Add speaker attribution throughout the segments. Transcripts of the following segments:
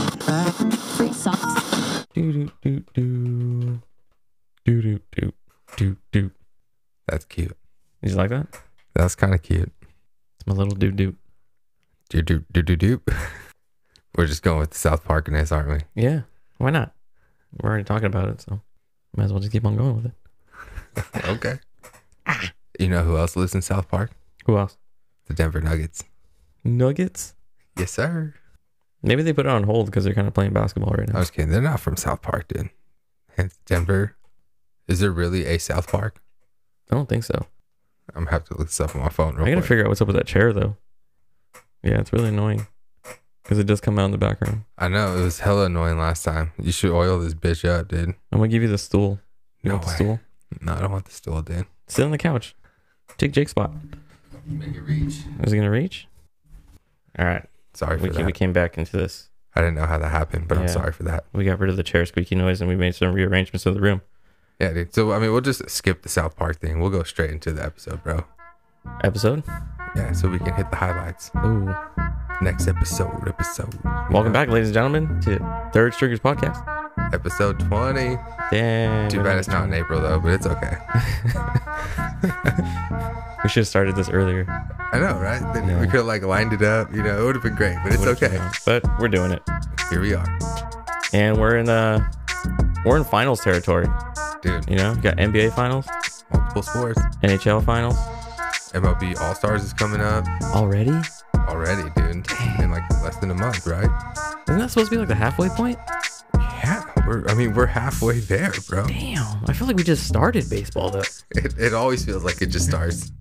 Speaker 1: Free socks.
Speaker 2: Do do do do do do do do do.
Speaker 3: That's cute.
Speaker 2: You like that?
Speaker 3: That's kind of cute.
Speaker 2: It's my little doo doo.
Speaker 3: Do do do do do. We're just going with the South Parkness, aren't we?
Speaker 2: Yeah. Why not? We're already talking about it, so might as well just keep on going with it.
Speaker 3: Okay. You know who else lives in South Park?
Speaker 2: Who else?
Speaker 3: The Denver Nuggets.
Speaker 2: Nuggets.
Speaker 3: Yes, sir.
Speaker 2: Maybe they put it on hold because they're kind of playing basketball right
Speaker 3: I
Speaker 2: now.
Speaker 3: was kidding. They're not from South Park, dude. Hence Denver. Is there really a South Park?
Speaker 2: I don't think so.
Speaker 3: I'm gonna have to look this up on my phone
Speaker 2: I
Speaker 3: real
Speaker 2: gotta
Speaker 3: quick.
Speaker 2: figure out what's up with that chair though. Yeah, it's really annoying because it does come out in the background.
Speaker 3: I know it was hella annoying last time. You should oil this bitch up, dude.
Speaker 2: I'm gonna give you the stool. You
Speaker 3: No
Speaker 2: want the
Speaker 3: way.
Speaker 2: stool?
Speaker 3: No, I don't want the stool, dude.
Speaker 2: Sit on the couch. Take Jake's spot.
Speaker 3: Make it reach.
Speaker 2: Is he gonna reach? All right,
Speaker 3: Sorry
Speaker 2: we,
Speaker 3: for
Speaker 2: ca- we
Speaker 3: that.
Speaker 2: came back into this.
Speaker 3: I didn't know how that happened, but I'm
Speaker 2: Yeah.
Speaker 3: sorry for that.
Speaker 2: We got rid of the chair squeaky noise and we made some rearrangements of the room.
Speaker 3: Yeah, dude. So I mean, we'll just skip the South Park thing. We'll go straight into the episode, bro.
Speaker 2: Episode.
Speaker 3: Yeah, so we can hit the highlights.
Speaker 2: Ooh.
Speaker 3: Next episode, episode.
Speaker 2: Welcome back, ladies and gentlemen, to Third Strikers Podcast.
Speaker 3: Episode 20.
Speaker 2: Damn.
Speaker 3: Too bad it's not in April though, but it's okay.
Speaker 2: We should have started this earlier.
Speaker 3: I know, right? Then
Speaker 2: Yeah.
Speaker 3: we could have like lined it up. You know, it would have been great, but it's
Speaker 2: Would've been
Speaker 3: okay.
Speaker 2: fun. But we're doing it,
Speaker 3: Here we are,
Speaker 2: and we're in uh we're in finals territory.
Speaker 3: dude.
Speaker 2: You know, we got NBA finals,
Speaker 3: Multiple sports.
Speaker 2: NHL finals
Speaker 3: MLB All Stars is coming up
Speaker 2: already. Isn't
Speaker 3: already, dude. In like less than a month, right?
Speaker 2: that supposed to be like the halfway point?
Speaker 3: Yeah, we're. I mean, we're halfway there, bro.
Speaker 2: Damn, I feel like we just started baseball though. It
Speaker 3: It, it always feels like it just starts,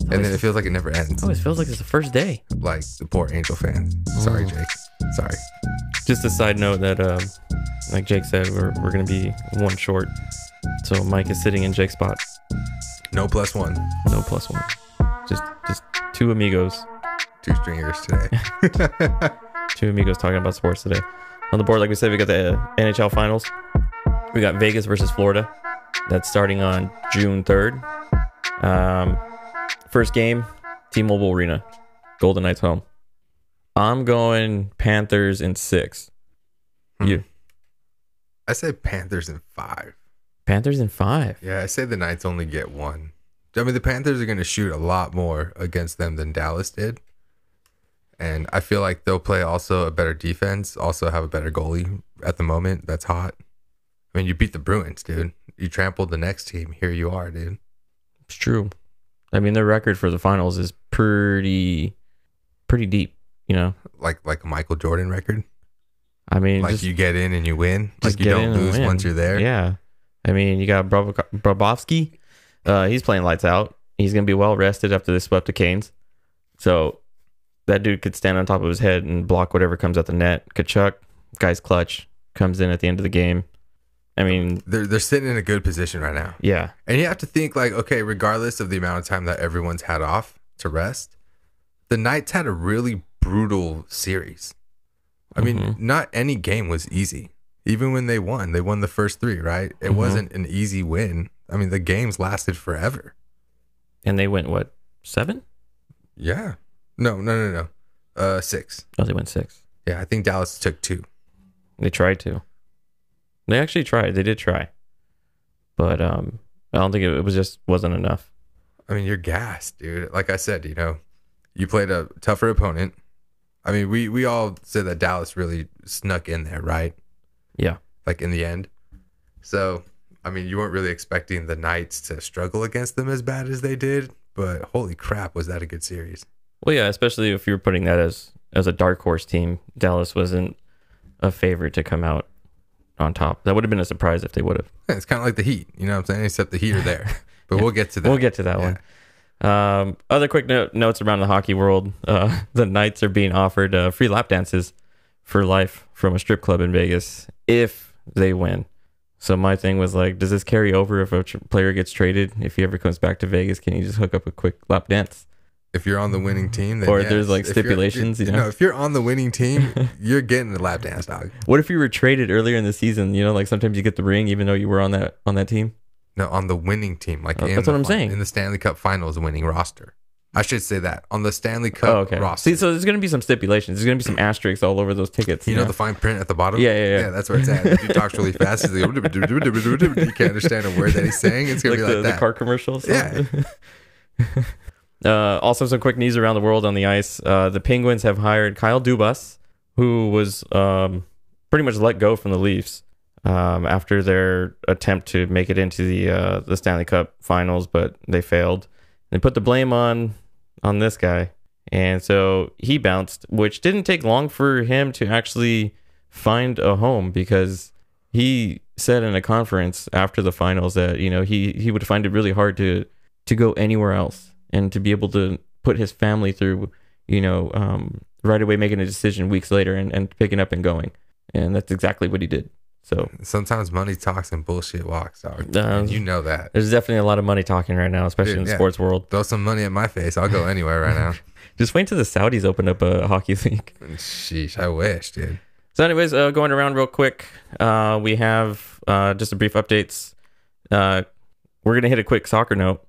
Speaker 3: and then it feels like it never ends.
Speaker 2: always feels like it's the first day.
Speaker 3: Like the poor Angel fans. Sorry,
Speaker 2: Mm.
Speaker 3: Jake. Sorry.
Speaker 2: Just a side note that, um, like Jake said, we're, we're gonna be one short. So Mike is sitting in Jake's spot.
Speaker 3: No plus one.
Speaker 2: No plus one. Just just two amigos.
Speaker 3: Two stringers today.
Speaker 2: Two amigos talking about sports today. On the board, like we said, we got the uh, NHL finals. We got Vegas versus Florida. That's starting on June 3rd. Um, first game, T-Mobile Arena, Golden Knights home. I'm going Panthers in six.
Speaker 3: Hmm.
Speaker 2: You
Speaker 3: I say Panthers in five.
Speaker 2: Panthers in five.
Speaker 3: Yeah, I say the Knights only get one. I mean, the Panthers are going to shoot a lot more against them than Dallas did. And I feel like they'll play also a better defense, also have a better goalie at the moment that's hot. I mean, you beat the Bruins, dude. You trampled the next team. Here you are, dude.
Speaker 2: It's true. I mean, their record for the finals is pretty, pretty deep. You know,
Speaker 3: Like like a Michael Jordan record.
Speaker 2: I mean,
Speaker 3: Like
Speaker 2: just-
Speaker 3: you get in and you win. Like
Speaker 2: just
Speaker 3: you
Speaker 2: get
Speaker 3: don't
Speaker 2: in and
Speaker 3: lose
Speaker 2: win.
Speaker 3: once you're there.
Speaker 2: Yeah. I mean, you got Brabo- Brabowski. Uh, he's playing lights out. He's going to be well rested after they swept the Canes. So that dude could stand on top of his head and block whatever comes at the net. Kachuk, guy's clutch, comes in at the end of the game. I mean,
Speaker 3: They're they're sitting in a good position right now.
Speaker 2: yeah.
Speaker 3: And you have to think like, okay, regardless of the amount of time that everyone's had off to rest, the Knights had a really brutal series. I mean,
Speaker 2: Mhm.
Speaker 3: not any game was easy. Even when they won, they won the first three, right? It
Speaker 2: Mhm.
Speaker 3: wasn't an easy win. I mean, the games lasted forever.
Speaker 2: And they went, what, seven?
Speaker 3: Yeah. No, no, no, no. Uh, six.
Speaker 2: Oh, they went six.
Speaker 3: Yeah, I think Dallas took two.
Speaker 2: They tried to. They actually tried. They did try. But um, I don't think it, it was just wasn't enough.
Speaker 3: I mean, you're gassed, dude. Like I said, you know, you played a tougher opponent. I mean, we we all said that Dallas really snuck in there, right?
Speaker 2: Yeah.
Speaker 3: like in the end. So, I mean, you weren't really expecting the Knights to struggle against them as bad as they did, but holy crap, was that a good series?
Speaker 2: Well, yeah, especially if you're putting that as as a dark horse team. Dallas wasn't a favorite to come out on top. That would have been a surprise if they would have.
Speaker 3: Yeah, It's kind of like the Heat, you know what I'm saying? Except the Heat are there. But we'll get to that.
Speaker 2: We'll get to that
Speaker 3: Yeah.
Speaker 2: one. Um, other quick no- notes around the hockey world: uh, the Knights are being offered uh, free lap dances for life from a strip club in Vegas if they win. So my thing was like, does this carry over if a tr- player gets traded? If he ever comes back to Vegas, can he just hook up a quick lap dance?
Speaker 3: If you're on the winning team, then
Speaker 2: Or
Speaker 3: yes.
Speaker 2: there's, like,
Speaker 3: If you're-
Speaker 2: stipulations, you
Speaker 3: no,
Speaker 2: know?
Speaker 3: if you're on the winning team, you're getting the lap dance, dog.
Speaker 2: What if you were traded earlier in the season? You know, like sometimes you get the ring even though you were on that on that team.
Speaker 3: No, on the winning team, like
Speaker 2: Oh,
Speaker 3: in
Speaker 2: that's
Speaker 3: the
Speaker 2: what I'm
Speaker 3: fin-
Speaker 2: saying.
Speaker 3: in the Stanley Cup Finals winning roster. I should say that on the Stanley Cup
Speaker 2: Oh, okay.
Speaker 3: roster.
Speaker 2: See, so there's going to be some stipulations. There's going to be some asterisks all over those tickets.
Speaker 3: you know
Speaker 2: know?
Speaker 3: the fine print at the bottom?
Speaker 2: Yeah, yeah, yeah.
Speaker 3: Yeah, that's where it's at. If he talks really fast, he's like, you can't understand a word that he's saying. It's going
Speaker 2: like
Speaker 3: to
Speaker 2: the, the
Speaker 3: be like that.
Speaker 2: car commercials.
Speaker 3: Yeah.
Speaker 2: uh, also, some quick news around the world on the ice. Uh, the Penguins have hired Kyle Dubas, who was um, pretty much let go from the Leafs um, after their attempt to make it into the uh, the Stanley Cup Finals, but they failed. They put the blame on on this guy, and so he bounced, which didn't take long for him to actually find a home because he said in a conference after the finals that you know he he would find it really hard to to go anywhere else and to be able to put his family through you know um, right away making a decision weeks later and, and picking up and going and that's exactly what he did so
Speaker 3: Sometimes money talks and bullshit walks, dog.
Speaker 2: Um,
Speaker 3: and you know that.
Speaker 2: there's definitely a lot of money talking right now especially
Speaker 3: Dude,
Speaker 2: in the
Speaker 3: yeah.
Speaker 2: sports world
Speaker 3: Throw some money at my face. I'll go anywhere right now.
Speaker 2: just wait until the saudis open up a hockey league
Speaker 3: Sheesh, I wish, dude.
Speaker 2: So, anyways, uh, going around real quick, uh, we have uh, just a brief updates. Uh, we're gonna hit a quick soccer note.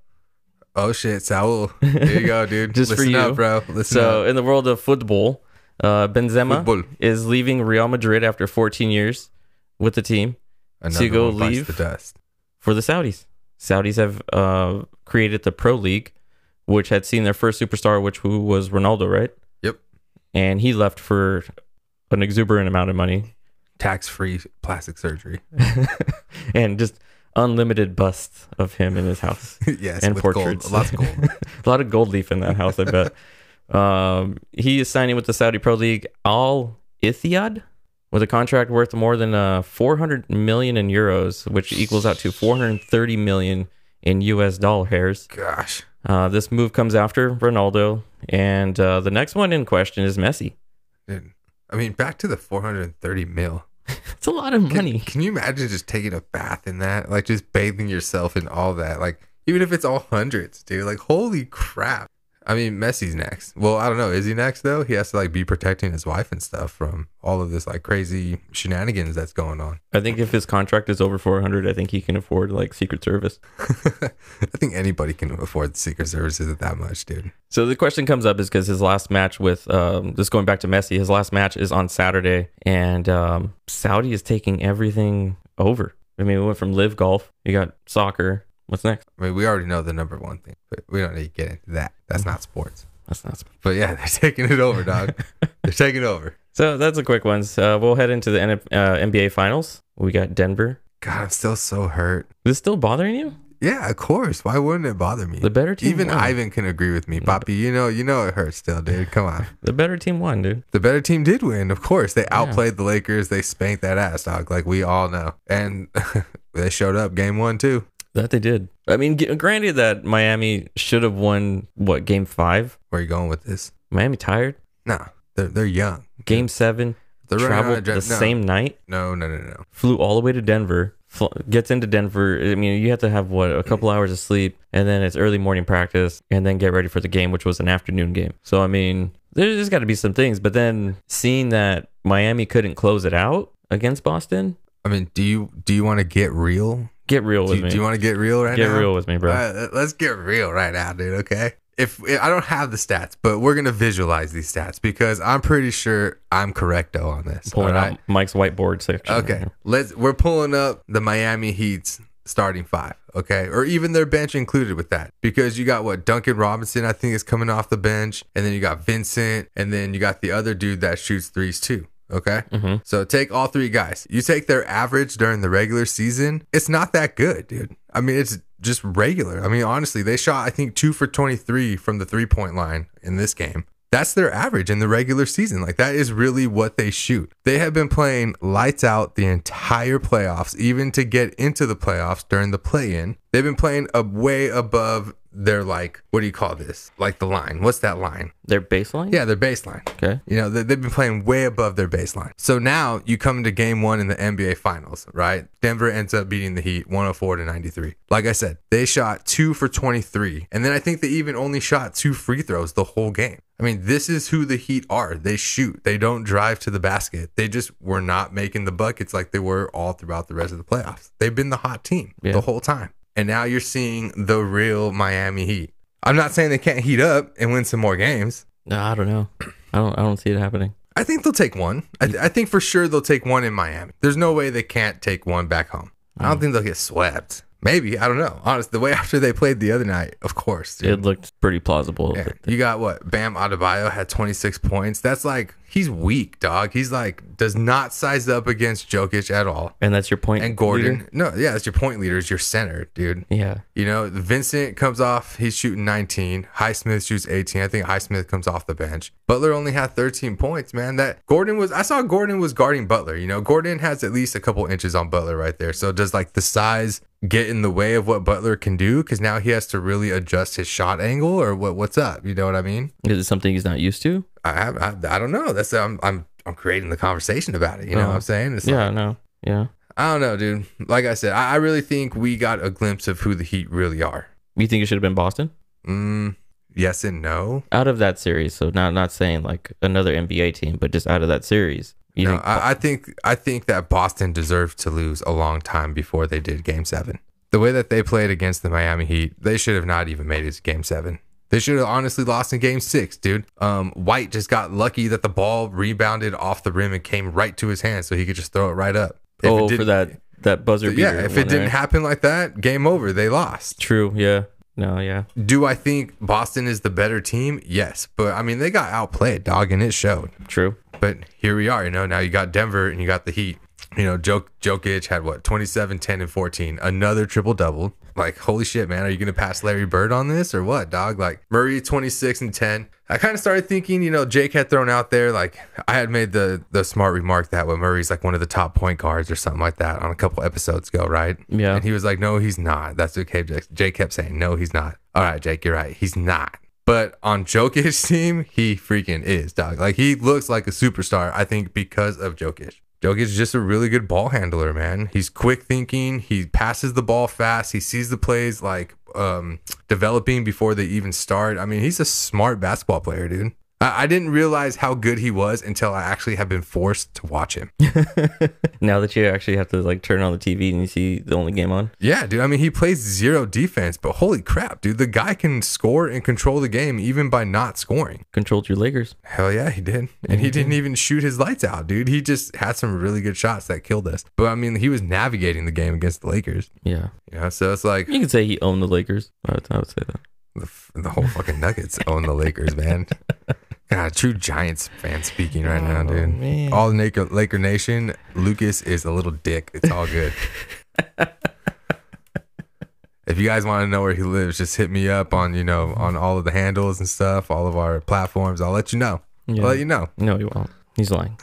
Speaker 3: Oh shit, Saul. Here you go, dude.
Speaker 2: Just for
Speaker 3: Listen
Speaker 2: you.
Speaker 3: up, bro. Listen
Speaker 2: So,
Speaker 3: up.
Speaker 2: in the world of football, uh, Benzema
Speaker 3: Football.
Speaker 2: is leaving Real Madrid after 14 years with the team
Speaker 3: Another
Speaker 2: go
Speaker 3: one bites
Speaker 2: leave?
Speaker 3: the dust.
Speaker 2: for the Saudis. Saudis have uh, created the Pro League, which had seen their first superstar, which who was Ronaldo, right?
Speaker 3: Yep.
Speaker 2: And he left for an exuberant amount of money
Speaker 3: Tax free plastic surgery.
Speaker 2: and just unlimited busts of him in his house.
Speaker 3: yes,
Speaker 2: And
Speaker 3: with
Speaker 2: portraits.
Speaker 3: gold. Lots of gold.
Speaker 2: a lot of gold leaf in that house, I bet. um, he is signing with the Saudi Pro League Al Ithiad with a contract worth more than uh, 400 million in euros, which equals out to 430 million in US dollar hairs.
Speaker 3: Gosh.
Speaker 2: Uh, this move comes after Ronaldo, and uh, the next one in question is Messi.
Speaker 3: Dude. I mean, back to the 430 mil.
Speaker 2: It's a lot of
Speaker 3: Can-
Speaker 2: money.
Speaker 3: Can you imagine just taking a bath in that? Like just bathing yourself in all that. Like even if it's all hundreds, dude. Like holy crap. I mean, Messi's next. Well, I don't know. Is he next though? He has to like be protecting his wife and stuff from all of this like crazy shenanigans that's going on.
Speaker 2: I think if his contract is over 400, I think he can afford like Secret Service.
Speaker 3: I think anybody can afford the Secret Services at that much, dude.
Speaker 2: So the question comes up is because his last match with um, just going back to Messi, his last match is on Saturday, and um, Saudi is taking everything over. I mean, we went from live golf, you got soccer. What's next?
Speaker 3: I mean, we already know the number one thing, but we don't need to get into that. That's not sports.
Speaker 2: That's not.
Speaker 3: But yeah, they're taking it over, dog. they're taking it over.
Speaker 2: So that's a quick one. So, uh, we'll head into the N- uh, NBA Finals. We got Denver.
Speaker 3: God, I'm still so hurt.
Speaker 2: Is this still bothering you?
Speaker 3: Yeah, of course. Why wouldn't it bother me?
Speaker 2: The better team.
Speaker 3: Even
Speaker 2: won.
Speaker 3: Ivan can agree with me, Poppy. You know, you know it hurts still, dude. Come on.
Speaker 2: The better team won, dude.
Speaker 3: The better team did win, of course. They outplayed the Lakers. They spanked that ass, dog. Like we all know, and they showed up game one too.
Speaker 2: That they did. I mean, g- granted that Miami should have won what game five.
Speaker 3: Where you going with this?
Speaker 2: Miami tired.
Speaker 3: Nah, they're they're young.
Speaker 2: Game seven.
Speaker 3: They're running on a
Speaker 2: traveled the
Speaker 3: dra- no.
Speaker 2: same night.
Speaker 3: No, no, no, no.
Speaker 2: flew all the way to Denver, fl- gets into Denver. I mean, you have to have what a couple hours of sleep, and then it's early morning practice, and then get ready for the game, which was an afternoon game. So I mean, there- there's got to be some things. But then seeing that Miami couldn't close it out against Boston,
Speaker 3: I mean, do you do you want to get real?
Speaker 2: get real
Speaker 3: Do
Speaker 2: with
Speaker 3: you,
Speaker 2: me.
Speaker 3: do you want to get real right
Speaker 2: get
Speaker 3: now?
Speaker 2: real with me, bro.
Speaker 3: All right, let's get real right now, dude. Okay. If I don't have the stats, but we're gonna visualize these stats because I'm pretty sure I'm correcto on this.
Speaker 2: Pulling
Speaker 3: all right?
Speaker 2: out Mike's whiteboard section. right
Speaker 3: Okay,
Speaker 2: here.
Speaker 3: let's. We're pulling up the Miami Heat's starting five. Okay, or even their bench included with that, because you got what Duncan Robinson I think is coming off the bench, and then you got Vincent, and then you got the other dude that shoots threes too. Okay,
Speaker 2: Mhm.
Speaker 3: so take all three guys. You take their average during the regular season. It's not that good, dude. I mean, it's just regular. I mean, honestly, they shot I think two for twenty three from the three point line in this game that's their average in the regular season. Like that is really what they shoot. They have been playing lights out the entire playoffs, even to get into the playoffs during the play in. They've been playing up way above their like what do you call this? Like the line. What's that line?
Speaker 2: Their baseline.
Speaker 3: Yeah, their baseline.
Speaker 2: Okay.
Speaker 3: You know, they, they've been playing way above their baseline. So now you come into game one in the NBA Finals, right? Denver ends up beating the Heat 104 to 93. Like I said, they shot two for 23. And then I think they even only shot two free throws the whole game. I mean, this is who the Heat are. They shoot, they don't drive to the basket. They just were not making the buckets like they were all throughout the rest of the playoffs. They've been the hot team
Speaker 2: Yeah.
Speaker 3: the whole time. And now you're seeing the real Miami Heat. I'm not saying they can't heat up and win some more games.
Speaker 2: No, I don't know. I don't. I don't see it happening.
Speaker 3: I think they'll take one. I, th- I think for sure they'll take one in Miami. There's no way they can't take one back home. I
Speaker 2: Mm.
Speaker 3: don't think they'll get swept. Maybe I don't know. Honest, the way after they played the other night, of course. dude.
Speaker 2: It looked pretty plausible.
Speaker 3: Yeah.
Speaker 2: that-
Speaker 3: You got what? Bam Adebayo had 26 points. That's like he's weak, dog. He's like does not size up against Jokic at all.
Speaker 2: and that's your point.
Speaker 3: And Gordon,
Speaker 2: leader?
Speaker 3: no, yeah, that's your point leader. Is your center, dude.
Speaker 2: Yeah.
Speaker 3: You know, Vincent comes off. He's shooting 19. Highsmith shoots 18. I think Highsmith comes off the bench. Butler only had 13 points, man. That Gordon was. I saw Gordon was guarding Butler. You know, Gordon has at least a couple inches on Butler right there. So does like the size get in the way of what Butler can do? Because now he has to really adjust his shot angle, or what? What's up? You know what I mean?
Speaker 2: Is it something he's not used to?
Speaker 3: I I, I, I don't know. That's I'm I'm I'm creating the conversation about it. You know
Speaker 2: Uh-huh.
Speaker 3: what I'm saying? It's
Speaker 2: yeah. no. Yeah.
Speaker 3: I don't know, dude. Like I said, I, I really think we got a glimpse of who the Heat really are.
Speaker 2: You think it should have been Boston
Speaker 3: Mm, yes and no.
Speaker 2: out of that series? So not not saying like another NBA team, but just out of that series. You
Speaker 3: no,
Speaker 2: think
Speaker 3: I, I think I think that Boston deserved to lose a long time before they did Game Seven. The way that they played against the Miami Heat, they should have not even made it to Game Seven. They should have honestly lost in Game Six, dude. Um, White just got lucky that the ball rebounded off the rim and came right to his hand, so he could just throw it right up. If it
Speaker 2: oh for
Speaker 3: didn't-
Speaker 2: that that buzzer beater.
Speaker 3: yeah, if
Speaker 2: one,
Speaker 3: it didn't
Speaker 2: right?
Speaker 3: happen like that, game over. They lost.
Speaker 2: True. Yeah. No. Yeah.
Speaker 3: Do I think Boston is the better team? Yes, but I mean they got outplayed, dog, and it showed.
Speaker 2: True.
Speaker 3: But here we are, you know. Now you got Denver and you got the Heat. You know, Jok- Jokic had what 27, 10, and 14, another triple double. Like, holy shit, man, are you gonna pass Larry Bird on this or what, dog? Like Murray 26 and 10. I kind of started thinking, you know, Jake had thrown out there like I had made the the smart remark that when Murray's like one of the top point guards or something like that on a couple episodes ago, right?
Speaker 2: Yeah.
Speaker 3: And he was like, no, he's not. That's what Jake, Jake kept saying. No, he's not. All right, Jake, you're right. He's not. But on Jokic's team, he freaking is, dog. Like, he looks like a superstar, I think, because of Jokic. Jokic is just a really good ball handler, man. He's quick thinking. He passes the ball fast. He sees the plays, like, um, developing before they even start. I mean, he's a smart basketball player, dude. I, I didn't realize how good he was until I actually have been forced to watch him.
Speaker 2: now that you actually have to like turn on the TV and you see the only game on.
Speaker 3: Yeah, dude. I mean, he plays zero defense, but holy crap, dude. The guy can score and control the game even by not scoring.
Speaker 2: Controlled your Lakers.
Speaker 3: Hell yeah, he did. And he didn't even shoot his lights out, dude. He just had some really good shots that killed us. But I mean, he was navigating the game against the Lakers.
Speaker 2: Yeah.
Speaker 3: You know, so it's like
Speaker 2: You could say he owned the Lakers. I would, I would say that.
Speaker 3: the, f- the whole fucking Nuggets own the Lakers, man. God, true Giants fan speaking right now,
Speaker 2: Oh,
Speaker 3: dude.
Speaker 2: man.
Speaker 3: All Laker, Laker Nation, Lucas is a little dick. It's all good. if you guys want to know where he lives, just hit me up on you know on all of the handles and stuff, all of our platforms. I'll let you know.
Speaker 2: Yeah.
Speaker 3: I'll let you know.
Speaker 2: No, he won't. He's lying.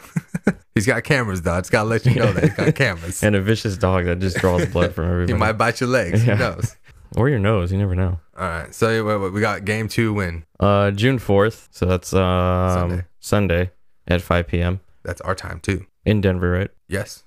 Speaker 3: He's got cameras though. I just gotta let you know that he's got cameras.
Speaker 2: And a vicious dog that just draws blood from
Speaker 3: he
Speaker 2: everybody.
Speaker 3: might bite your legs.
Speaker 2: Yeah.
Speaker 3: Who knows?
Speaker 2: Or your nose. You never know.
Speaker 3: All right. So anyway, what- we got game two win.
Speaker 2: Uh, June 4th. So that's um,
Speaker 3: Sunday.
Speaker 2: Sunday. at 5 p.m.
Speaker 3: That's our time too.
Speaker 2: in Denver, right?
Speaker 3: Yes,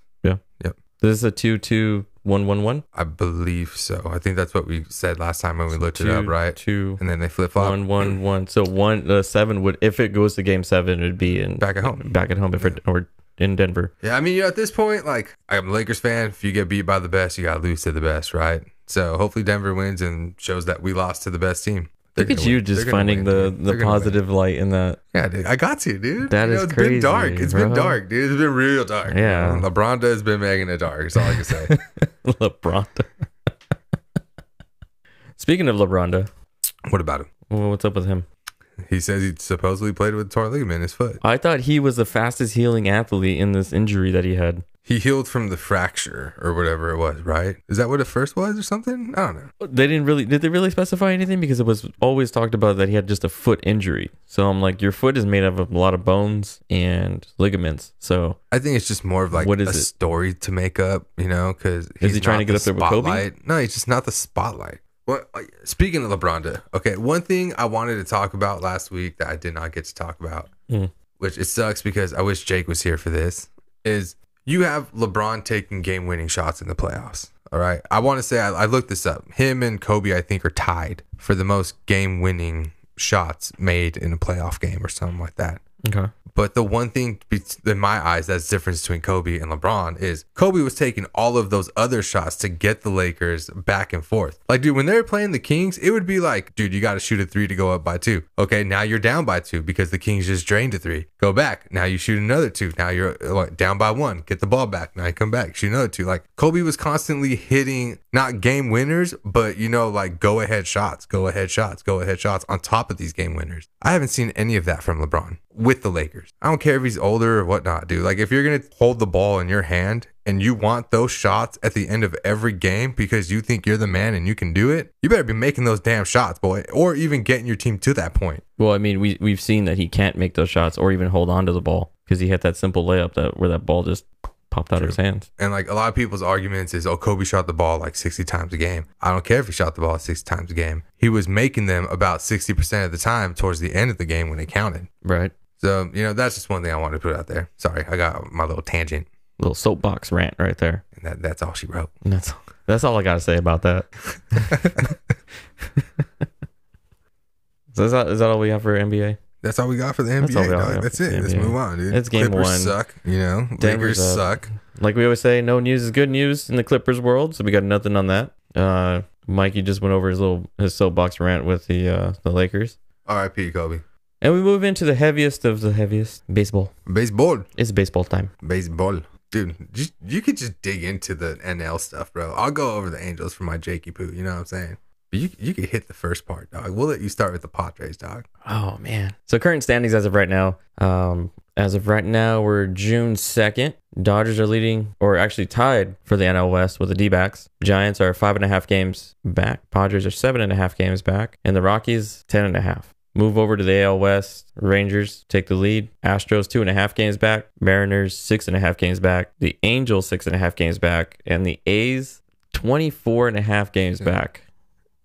Speaker 2: This is a 2 2 1 1 1.
Speaker 3: I believe so. I think that's what we said last time when we looked it up, right?
Speaker 2: 2
Speaker 3: and then they flip flop
Speaker 2: 1 1 1. So 1 uh, 7 would, if it goes to game 7, it would be in
Speaker 3: back at home.
Speaker 2: back at home if it, or in Denver.
Speaker 3: Yeah, I mean, you know, at this point, like I'm a Lakers fan. If you get beat by the best, you gotta lose to the best, right? So hopefully Denver wins and shows that we lost to the best team. They're
Speaker 2: Look at
Speaker 3: gonna
Speaker 2: you
Speaker 3: win.
Speaker 2: just
Speaker 3: They're gonna
Speaker 2: finding
Speaker 3: win,
Speaker 2: the,
Speaker 3: dude. They're
Speaker 2: the
Speaker 3: gonna win.
Speaker 2: positive light in that.
Speaker 3: Yeah, dude, I got you, dude.
Speaker 2: That
Speaker 3: That
Speaker 2: is
Speaker 3: is you It's been dark.
Speaker 2: crazy,
Speaker 3: It's been
Speaker 2: bro.
Speaker 3: dark, dude. It's been real dark. Mm,
Speaker 2: Yeah.
Speaker 3: LeBron has been making it dark. That's all I can say.
Speaker 2: LeBron. Speaking of LeBron,
Speaker 3: what about him?
Speaker 2: well, what's up with him?
Speaker 3: He says he supposedly played with a torn ligament in his foot.
Speaker 2: I thought he was the fastest healing athlete in this injury that he had.
Speaker 3: He healed from the fracture or whatever it was, right? Is that what it first was or something? I don't know.
Speaker 2: They didn't really did they really specify anything because it was always talked about that he had just a foot injury. So I'm like, your foot is made up of a lot of bones and ligaments. So
Speaker 3: I think it's just more of like
Speaker 2: What is
Speaker 3: a
Speaker 2: it?
Speaker 3: story to make up, you know, because
Speaker 2: he trying to get up there with Kobe?
Speaker 3: No, he's just not the spotlight. Well, like, speaking of LeBronda, okay, one thing I wanted to talk about last week that I did not get to talk about,
Speaker 2: Mm.
Speaker 3: which it sucks because I wish Jake was here for this, is you have LeBron taking game winning shots in the playoffs. All right. I want to say, I, I looked this up. Him and Kobe, I think, are tied for the most game winning shots made in a playoff game or something like that.
Speaker 2: okay.
Speaker 3: But the one thing be- in my eyes that's the difference between Kobe and LeBron is Kobe was taking all of those other shots to get the Lakers back and forth. Like, dude, when they were playing the Kings, it would be like, dude, you got to shoot a three to go up by two. Okay, now you're down by two because the Kings just drained a three. Go back. Now you shoot another two. Now you're uh, like, down by one. Get the ball back. Now you come back. Shoot another two. Like, Kobe was constantly hitting not game winners, but you know, like go ahead shots, go ahead shots, go ahead shots on top of these game winners. I haven't seen any of that from LeBron with the Lakers. I don't care if he's older or whatnot, dude. Like, if you're going to hold the ball in your hand and you want those shots at the end of every game because you think you're the man and you can do it, you better be making those damn shots, boy, or even getting your team to that point.
Speaker 2: Well, I mean, we we've seen that he can't make those shots or even hold on to the ball because he hit that simple layup that where that ball just popped out of his hands.
Speaker 3: And like a lot of people's arguments is, oh, Kobe shot the ball like 60 times a game. I don't care if he shot the ball 60 times a game. He was making them about 60% of the time towards the end of the game when it counted.
Speaker 2: Right.
Speaker 3: So, you know, that's just one thing I wanted to put out there. Sorry, I got my little tangent,
Speaker 2: Little soapbox rant right there.
Speaker 3: and that, that's all she wrote.
Speaker 2: And that's that's all I gotta say about that. so is that is that all we have for NBA?
Speaker 3: That's all we got for the NBA.
Speaker 2: That's all
Speaker 3: That's,
Speaker 2: we got for
Speaker 3: dog. that's
Speaker 2: the
Speaker 3: it. Let's
Speaker 2: NBA.
Speaker 3: move on, dude.
Speaker 2: It's game
Speaker 3: Clippers
Speaker 2: one.
Speaker 3: suck, you know.
Speaker 2: Denver's
Speaker 3: Lakers
Speaker 2: up.
Speaker 3: suck.
Speaker 2: Like we always say, no news is good news in the Clippers world, so we got nothing on that. Uh, Mikey just went over his little his soapbox rant with the uh, the Lakers,
Speaker 3: R.I.P. Kobe.
Speaker 2: and we move into the heaviest of the heaviest baseball.
Speaker 3: Baseball.
Speaker 2: It's baseball time.
Speaker 3: Baseball. Dude, you, you could just dig into the NL stuff, bro. I'll go over the Angels for my Jakey Poo. You know what I'm saying? But you, you could hit the first part, dog. We'll let you start with the Padres, dog.
Speaker 2: Oh man. So current standings as of right now. Um, as of right now, we're June second. Dodgers are leading, or actually tied for the NL West with the D-backs. Giants are five and a half games back. Padres are seven and a half games back, and the Rockies ten and a half. Move over to the AL West. Rangers take the lead. Astros two and a half games back. Mariners six and a half games back. The Angels six and a half games back, and the A's 24 and a half games back.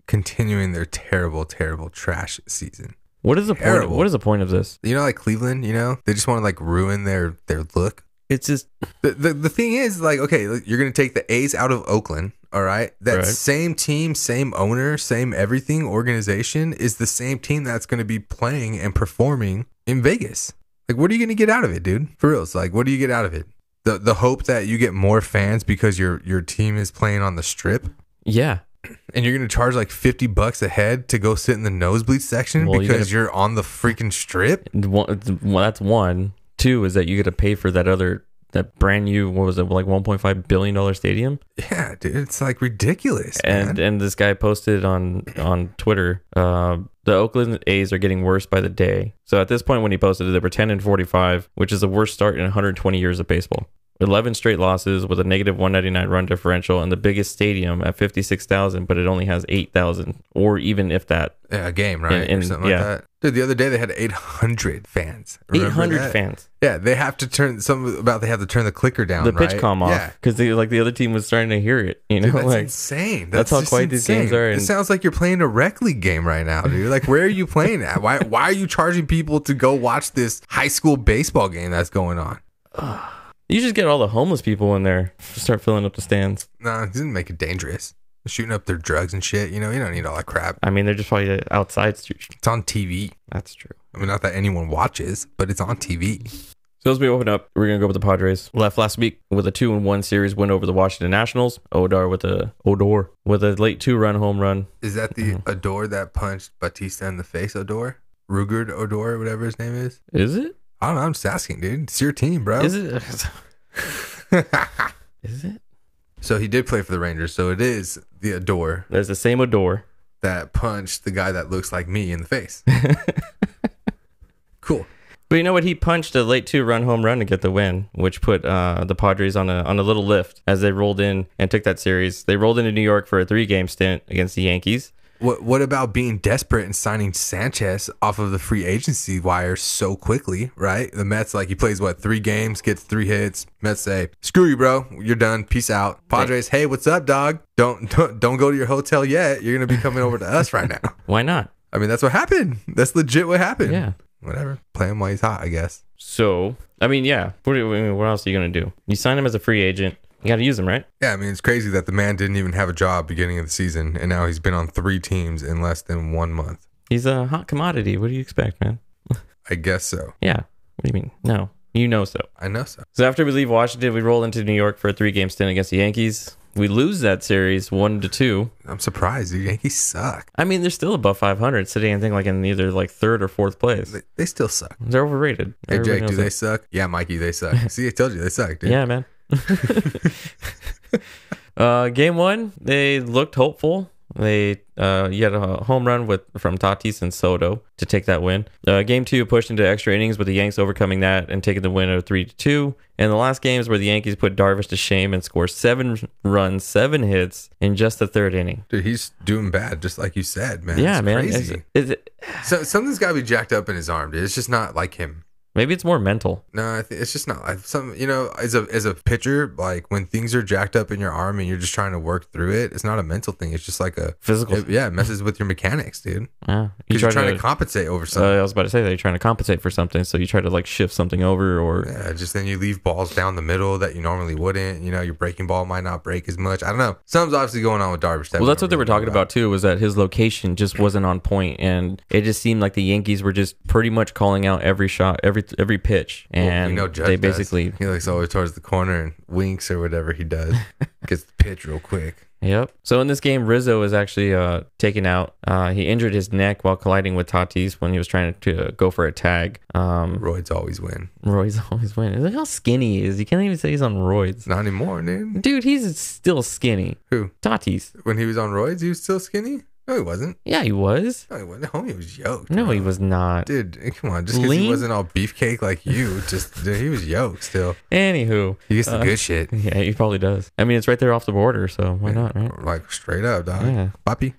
Speaker 3: Continuing their terrible, terrible trash season.
Speaker 2: What is the point?
Speaker 3: Terrible.
Speaker 2: What is the point of this?
Speaker 3: You know, like Cleveland, you know? They just want to like ruin their their look.
Speaker 2: It's just
Speaker 3: The, the, the thing is, like, okay, look, you're going to take the A's out of Oakland, all right? That
Speaker 2: Right.
Speaker 3: same team, same owner, same everything organization is the same team that's going to be playing and performing in Vegas. Like, what are you going to get out of it, dude? For real, it's like, what do you get out of it? The the hope that you get more fans because your your team is playing on the strip,
Speaker 2: yeah.
Speaker 3: and you're going to charge like fifty bucks a head to go sit in the nosebleed section
Speaker 2: Well, you
Speaker 3: because
Speaker 2: gotta-
Speaker 3: you're on the freaking strip.
Speaker 2: One, it's- well, that's one. Two is that you got to pay for that other that brand new what was it like 1.5 billion dollar stadium
Speaker 3: Yeah, dude, it's like ridiculous. man.
Speaker 2: and and this guy posted on on twitter uh the oakland a's are getting worse by the day so at this point when he posted it they were 10 and 45 which is the worst start in 120 years of baseball 11 straight losses with a negative 199 run differential and the biggest stadium at 56000 but it only has 8000 or even if that
Speaker 3: Yeah, a game, right?
Speaker 2: and-
Speaker 3: or something
Speaker 2: yeah.
Speaker 3: like that. Dude, the other day they had 800 fans. Remember
Speaker 2: 800
Speaker 3: that?
Speaker 2: fans
Speaker 3: Yeah, they have to turn some about they have to turn the clicker down.
Speaker 2: the pitch
Speaker 3: right?
Speaker 2: com off
Speaker 3: Yeah.
Speaker 2: because like the other team was starting to hear it you know
Speaker 3: Dude, that's
Speaker 2: like
Speaker 3: insane.
Speaker 2: that's
Speaker 3: That's,
Speaker 2: how
Speaker 3: just
Speaker 2: quiet these games
Speaker 3: insane.
Speaker 2: are, and-
Speaker 3: It sounds like you're playing a rec league game right now, dude. Like, where are you playing at? Why Why are you charging people to go watch this high school baseball game that's going on?
Speaker 2: You just get all the homeless people in there, start filling up the stands.
Speaker 3: No, it doesn't make it dangerous. Shooting up their drugs and shit. You know, you don't need all that crap.
Speaker 2: I mean, they're just probably outside street.
Speaker 3: It's on TV.
Speaker 2: That's true.
Speaker 3: I mean, not that anyone watches, but it's on TV.
Speaker 2: So as we open up, we're gonna go with the Padres. Left last week with a two and one series win over the Washington Nationals. Odor with a Odor with a late two run home run.
Speaker 3: Is that the
Speaker 2: Mm-hmm.
Speaker 3: Adore that punched Batista in the face? Adore Rugard Odor, whatever his name is.
Speaker 2: Is it?
Speaker 3: I don't know. I'm just asking, dude. It's your team, bro.
Speaker 2: Is it? Is it?
Speaker 3: So he did play for the Rangers. So it is the Adore
Speaker 2: There's the same Odor.
Speaker 3: that punched the guy that looks like me in the face. cool.
Speaker 2: But you know what? He punched a late two-run home run to get the win, which put uh, the Padres on a on a little lift as they rolled in and took that series. They rolled into New York for a three-game stint against the Yankees.
Speaker 3: What What about being desperate and signing Sanchez off of the free agency wire so quickly? Right. The Mets like he plays what three games, gets three hits. Mets say, "Screw you, bro. You're done. Peace out." Padres, hey, what's up, dog? Don't don't, don't go to your hotel yet. You're gonna be coming over to us right now.
Speaker 2: Why not?
Speaker 3: I mean, that's what happened. That's legit what happened.
Speaker 2: Yeah.
Speaker 3: Whatever. Play him while he's hot, I guess.
Speaker 2: So, I mean, yeah. What, do you- I mean, what else are you gonna do? You sign him as a free agent. You got to use him, right?
Speaker 3: Yeah, I mean, it's crazy that the man didn't even have a job beginning of the season, and now he's been on three teams in less than one month.
Speaker 2: He's a hot commodity. What do you expect, man?
Speaker 3: I guess so.
Speaker 2: Yeah. What do you mean? No, you know so.
Speaker 3: I know so.
Speaker 2: So after we leave Washington, we roll into New York for a three-game stint against the Yankees. We lose that series one to two.
Speaker 3: I'm surprised. The Yankees suck.
Speaker 2: I mean, they're still above 500, sitting I think like in either like third or fourth place.
Speaker 3: They, they still suck.
Speaker 2: They're overrated.
Speaker 3: Hey,
Speaker 2: Everybody
Speaker 3: Jake,
Speaker 2: knows
Speaker 3: do they
Speaker 2: that.
Speaker 3: suck? Yeah, Mikey, they suck. See, I told you they suck, dude.
Speaker 2: Yeah, man. uh, game one, they looked hopeful. They uh, you had a home run with from Tatis and Soto to take that win. Uh, game two pushed into extra innings with the Yanks overcoming that and taking the win of three to two. And the last game is where the Yankees put Darvish to shame and score seven runs, seven hits in just the third inning.
Speaker 3: Dude, he's doing bad, just like you said, man.
Speaker 2: yeah,
Speaker 3: It's
Speaker 2: man. It's-
Speaker 3: Crazy.
Speaker 2: it's-
Speaker 3: So something's got to be jacked up in his arm, dude. It's just not like him.
Speaker 2: maybe it's more mental.
Speaker 3: No, I think it's just not. I- Some, you know, as a as a pitcher, like when things are jacked up in your arm and you're just trying to work through it, it's not a mental thing. It's just like a
Speaker 2: Physical.
Speaker 3: it- yeah, it messes with your mechanics, dude.
Speaker 2: Yeah. You
Speaker 3: Because you're
Speaker 2: try
Speaker 3: trying to, compensate over
Speaker 2: uh,
Speaker 3: something.
Speaker 2: I was about to say that you're trying to compensate for something, so you try to like shift something over or
Speaker 3: yeah, just then you leave balls down the middle that you normally wouldn't. You know, your breaking ball might not break as much. I don't know. Something's obviously going on with Darvish. that
Speaker 2: Well,
Speaker 3: we
Speaker 2: that's
Speaker 3: don't
Speaker 2: what they were
Speaker 3: really know
Speaker 2: talking about too. Was that his location just wasn't on point, and it just seemed like the Yankees were just pretty much calling out every shot, every every pitch,
Speaker 3: Well, you
Speaker 2: and
Speaker 3: know Judge
Speaker 2: they
Speaker 3: does.
Speaker 2: basically,
Speaker 3: he looks always towards the corner and winks or whatever he does. Gets the pitch real quick.
Speaker 2: yep. So in this game, Rizzo was actually uh, taken out. Uh, he injured his neck while colliding with Tatis when he was trying to uh, go for a tag. Um,
Speaker 3: Roids always win.
Speaker 2: Roy's always winning. Look how skinny he is. You can't even say he's on roids.
Speaker 3: Not anymore, dude.
Speaker 2: Dude, he's still skinny.
Speaker 3: Who?
Speaker 2: Tatis.
Speaker 3: When he was on roids, he was still skinny. No, he wasn't.
Speaker 2: Yeah, he was.
Speaker 3: No, he wasn't. Homie was yoked.
Speaker 2: No,
Speaker 3: bro.
Speaker 2: he was not.
Speaker 3: Dude, come on. Just because
Speaker 2: Lean?
Speaker 3: he wasn't all beefcake like you, just dude, he was yoked still.
Speaker 2: Anywho,
Speaker 3: He gets the
Speaker 2: Uh,
Speaker 3: good shit.
Speaker 2: yeah, he probably does. I mean, it's right there off the border, so why not, right?
Speaker 3: Like straight up, dog.
Speaker 2: Yeah.
Speaker 3: Poppy.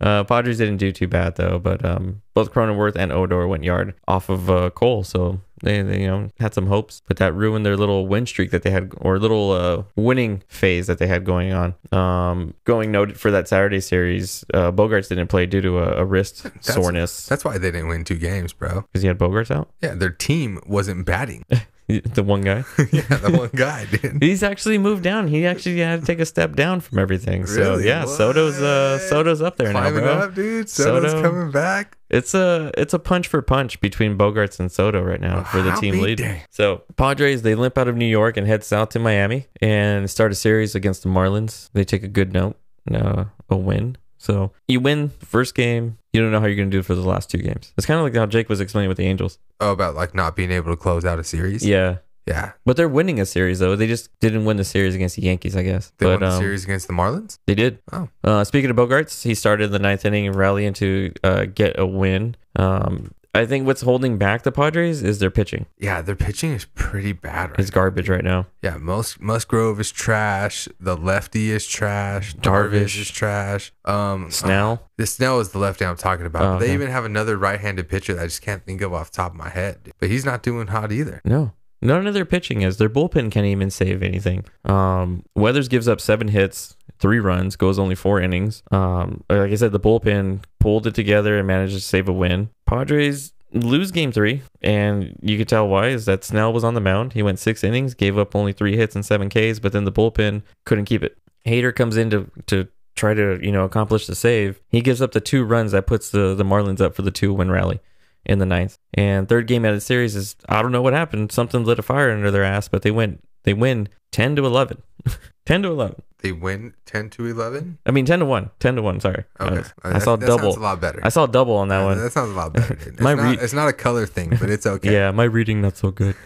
Speaker 2: Uh, Padres didn't do too bad though, but um, both Cronenworth and Odor went yard off of uh, Cole, so they, they you know had some hopes, but that ruined their little win streak that they had or little uh, winning phase that they had going on. Um, going noted for that Saturday series, uh, Bogarts didn't play due to a, a wrist soreness
Speaker 3: That's why they didn't win two games, bro.
Speaker 2: because he had Bogarts out.
Speaker 3: Yeah, their team wasn't batting.
Speaker 2: The one guy.
Speaker 3: yeah, that one guy, dude.
Speaker 2: He's actually moved down. He actually had to take a step down from everything. So
Speaker 3: Really?
Speaker 2: yeah, Soto's uh,
Speaker 3: What?
Speaker 2: Soto's up there
Speaker 3: Climbing
Speaker 2: now, bro.
Speaker 3: up, dude. Soto's
Speaker 2: Soto.
Speaker 3: coming back.
Speaker 2: It's a it's a punch for punch between Bogarts and Soto right now for the
Speaker 3: I'll
Speaker 2: team
Speaker 3: be
Speaker 2: lead.
Speaker 3: dang.
Speaker 2: So Padres they limp out of New York and head south to Miami and start a series against the Marlins. They take a good note, uh, a win. So you win the first game, you don't know how you're gonna do for the last two games. It's kind of like how Jake was explaining with the Angels.
Speaker 3: Oh, about like not being able to close out a series.
Speaker 2: Yeah,
Speaker 3: Yeah.
Speaker 2: but they're winning a series though. They just didn't win the series against the Yankees, I guess.
Speaker 3: They
Speaker 2: but
Speaker 3: won the
Speaker 2: um,
Speaker 3: series against the Marlins.
Speaker 2: They did.
Speaker 3: Oh.
Speaker 2: Uh, speaking of Bogarts, he started the ninth inning and rallying to uh, get a win. Um, I think what's holding back the Padres is their pitching.
Speaker 3: Yeah, their pitching is pretty bad right
Speaker 2: It's garbage right now.
Speaker 3: Yeah, Mus- Musgrove is trash. The lefty is trash.
Speaker 2: Darvish.
Speaker 3: Darvish, is trash. Um,
Speaker 2: Snell.
Speaker 3: the Snell is the lefty I'm talking about.
Speaker 2: Oh,
Speaker 3: they
Speaker 2: okay.
Speaker 3: even have another right-handed pitcher that I just can't think of off the top of my head. But he's not doing hot either.
Speaker 2: No. None of their pitching is. Their bullpen can't even save anything. Um, Weathers gives up seven hits, three runs, goes only four innings. Um, like I said, the bullpen pulled it together and managed to save a win. Padres lose game three, and you could tell why is that Snell was on the mound. He went six innings, gave up only three hits and seven Ks, but then the bullpen couldn't keep it. Hater comes in to, to try to, you know, accomplish the save. He gives up the two runs that puts the, the Marlins up for the two win rally in the ninth. And third game out of the series is I don't know what happened. Something lit a fire under their ass, but they win. They win ten to eleven. ten to eleven.
Speaker 3: They win 10 to 11.
Speaker 2: I mean ten to one. Ten to one, sorry. Uh,
Speaker 3: Okay, Uh,
Speaker 2: I saw
Speaker 3: that
Speaker 2: double.
Speaker 3: Sounds a lot better.
Speaker 2: I saw double on that
Speaker 3: Yeah,
Speaker 2: one.
Speaker 3: That sounds a lot better. dude. It's,
Speaker 2: My
Speaker 3: not,
Speaker 2: re-
Speaker 3: it's not a color thing, but it's okay.
Speaker 2: Yeah, my reading not so good.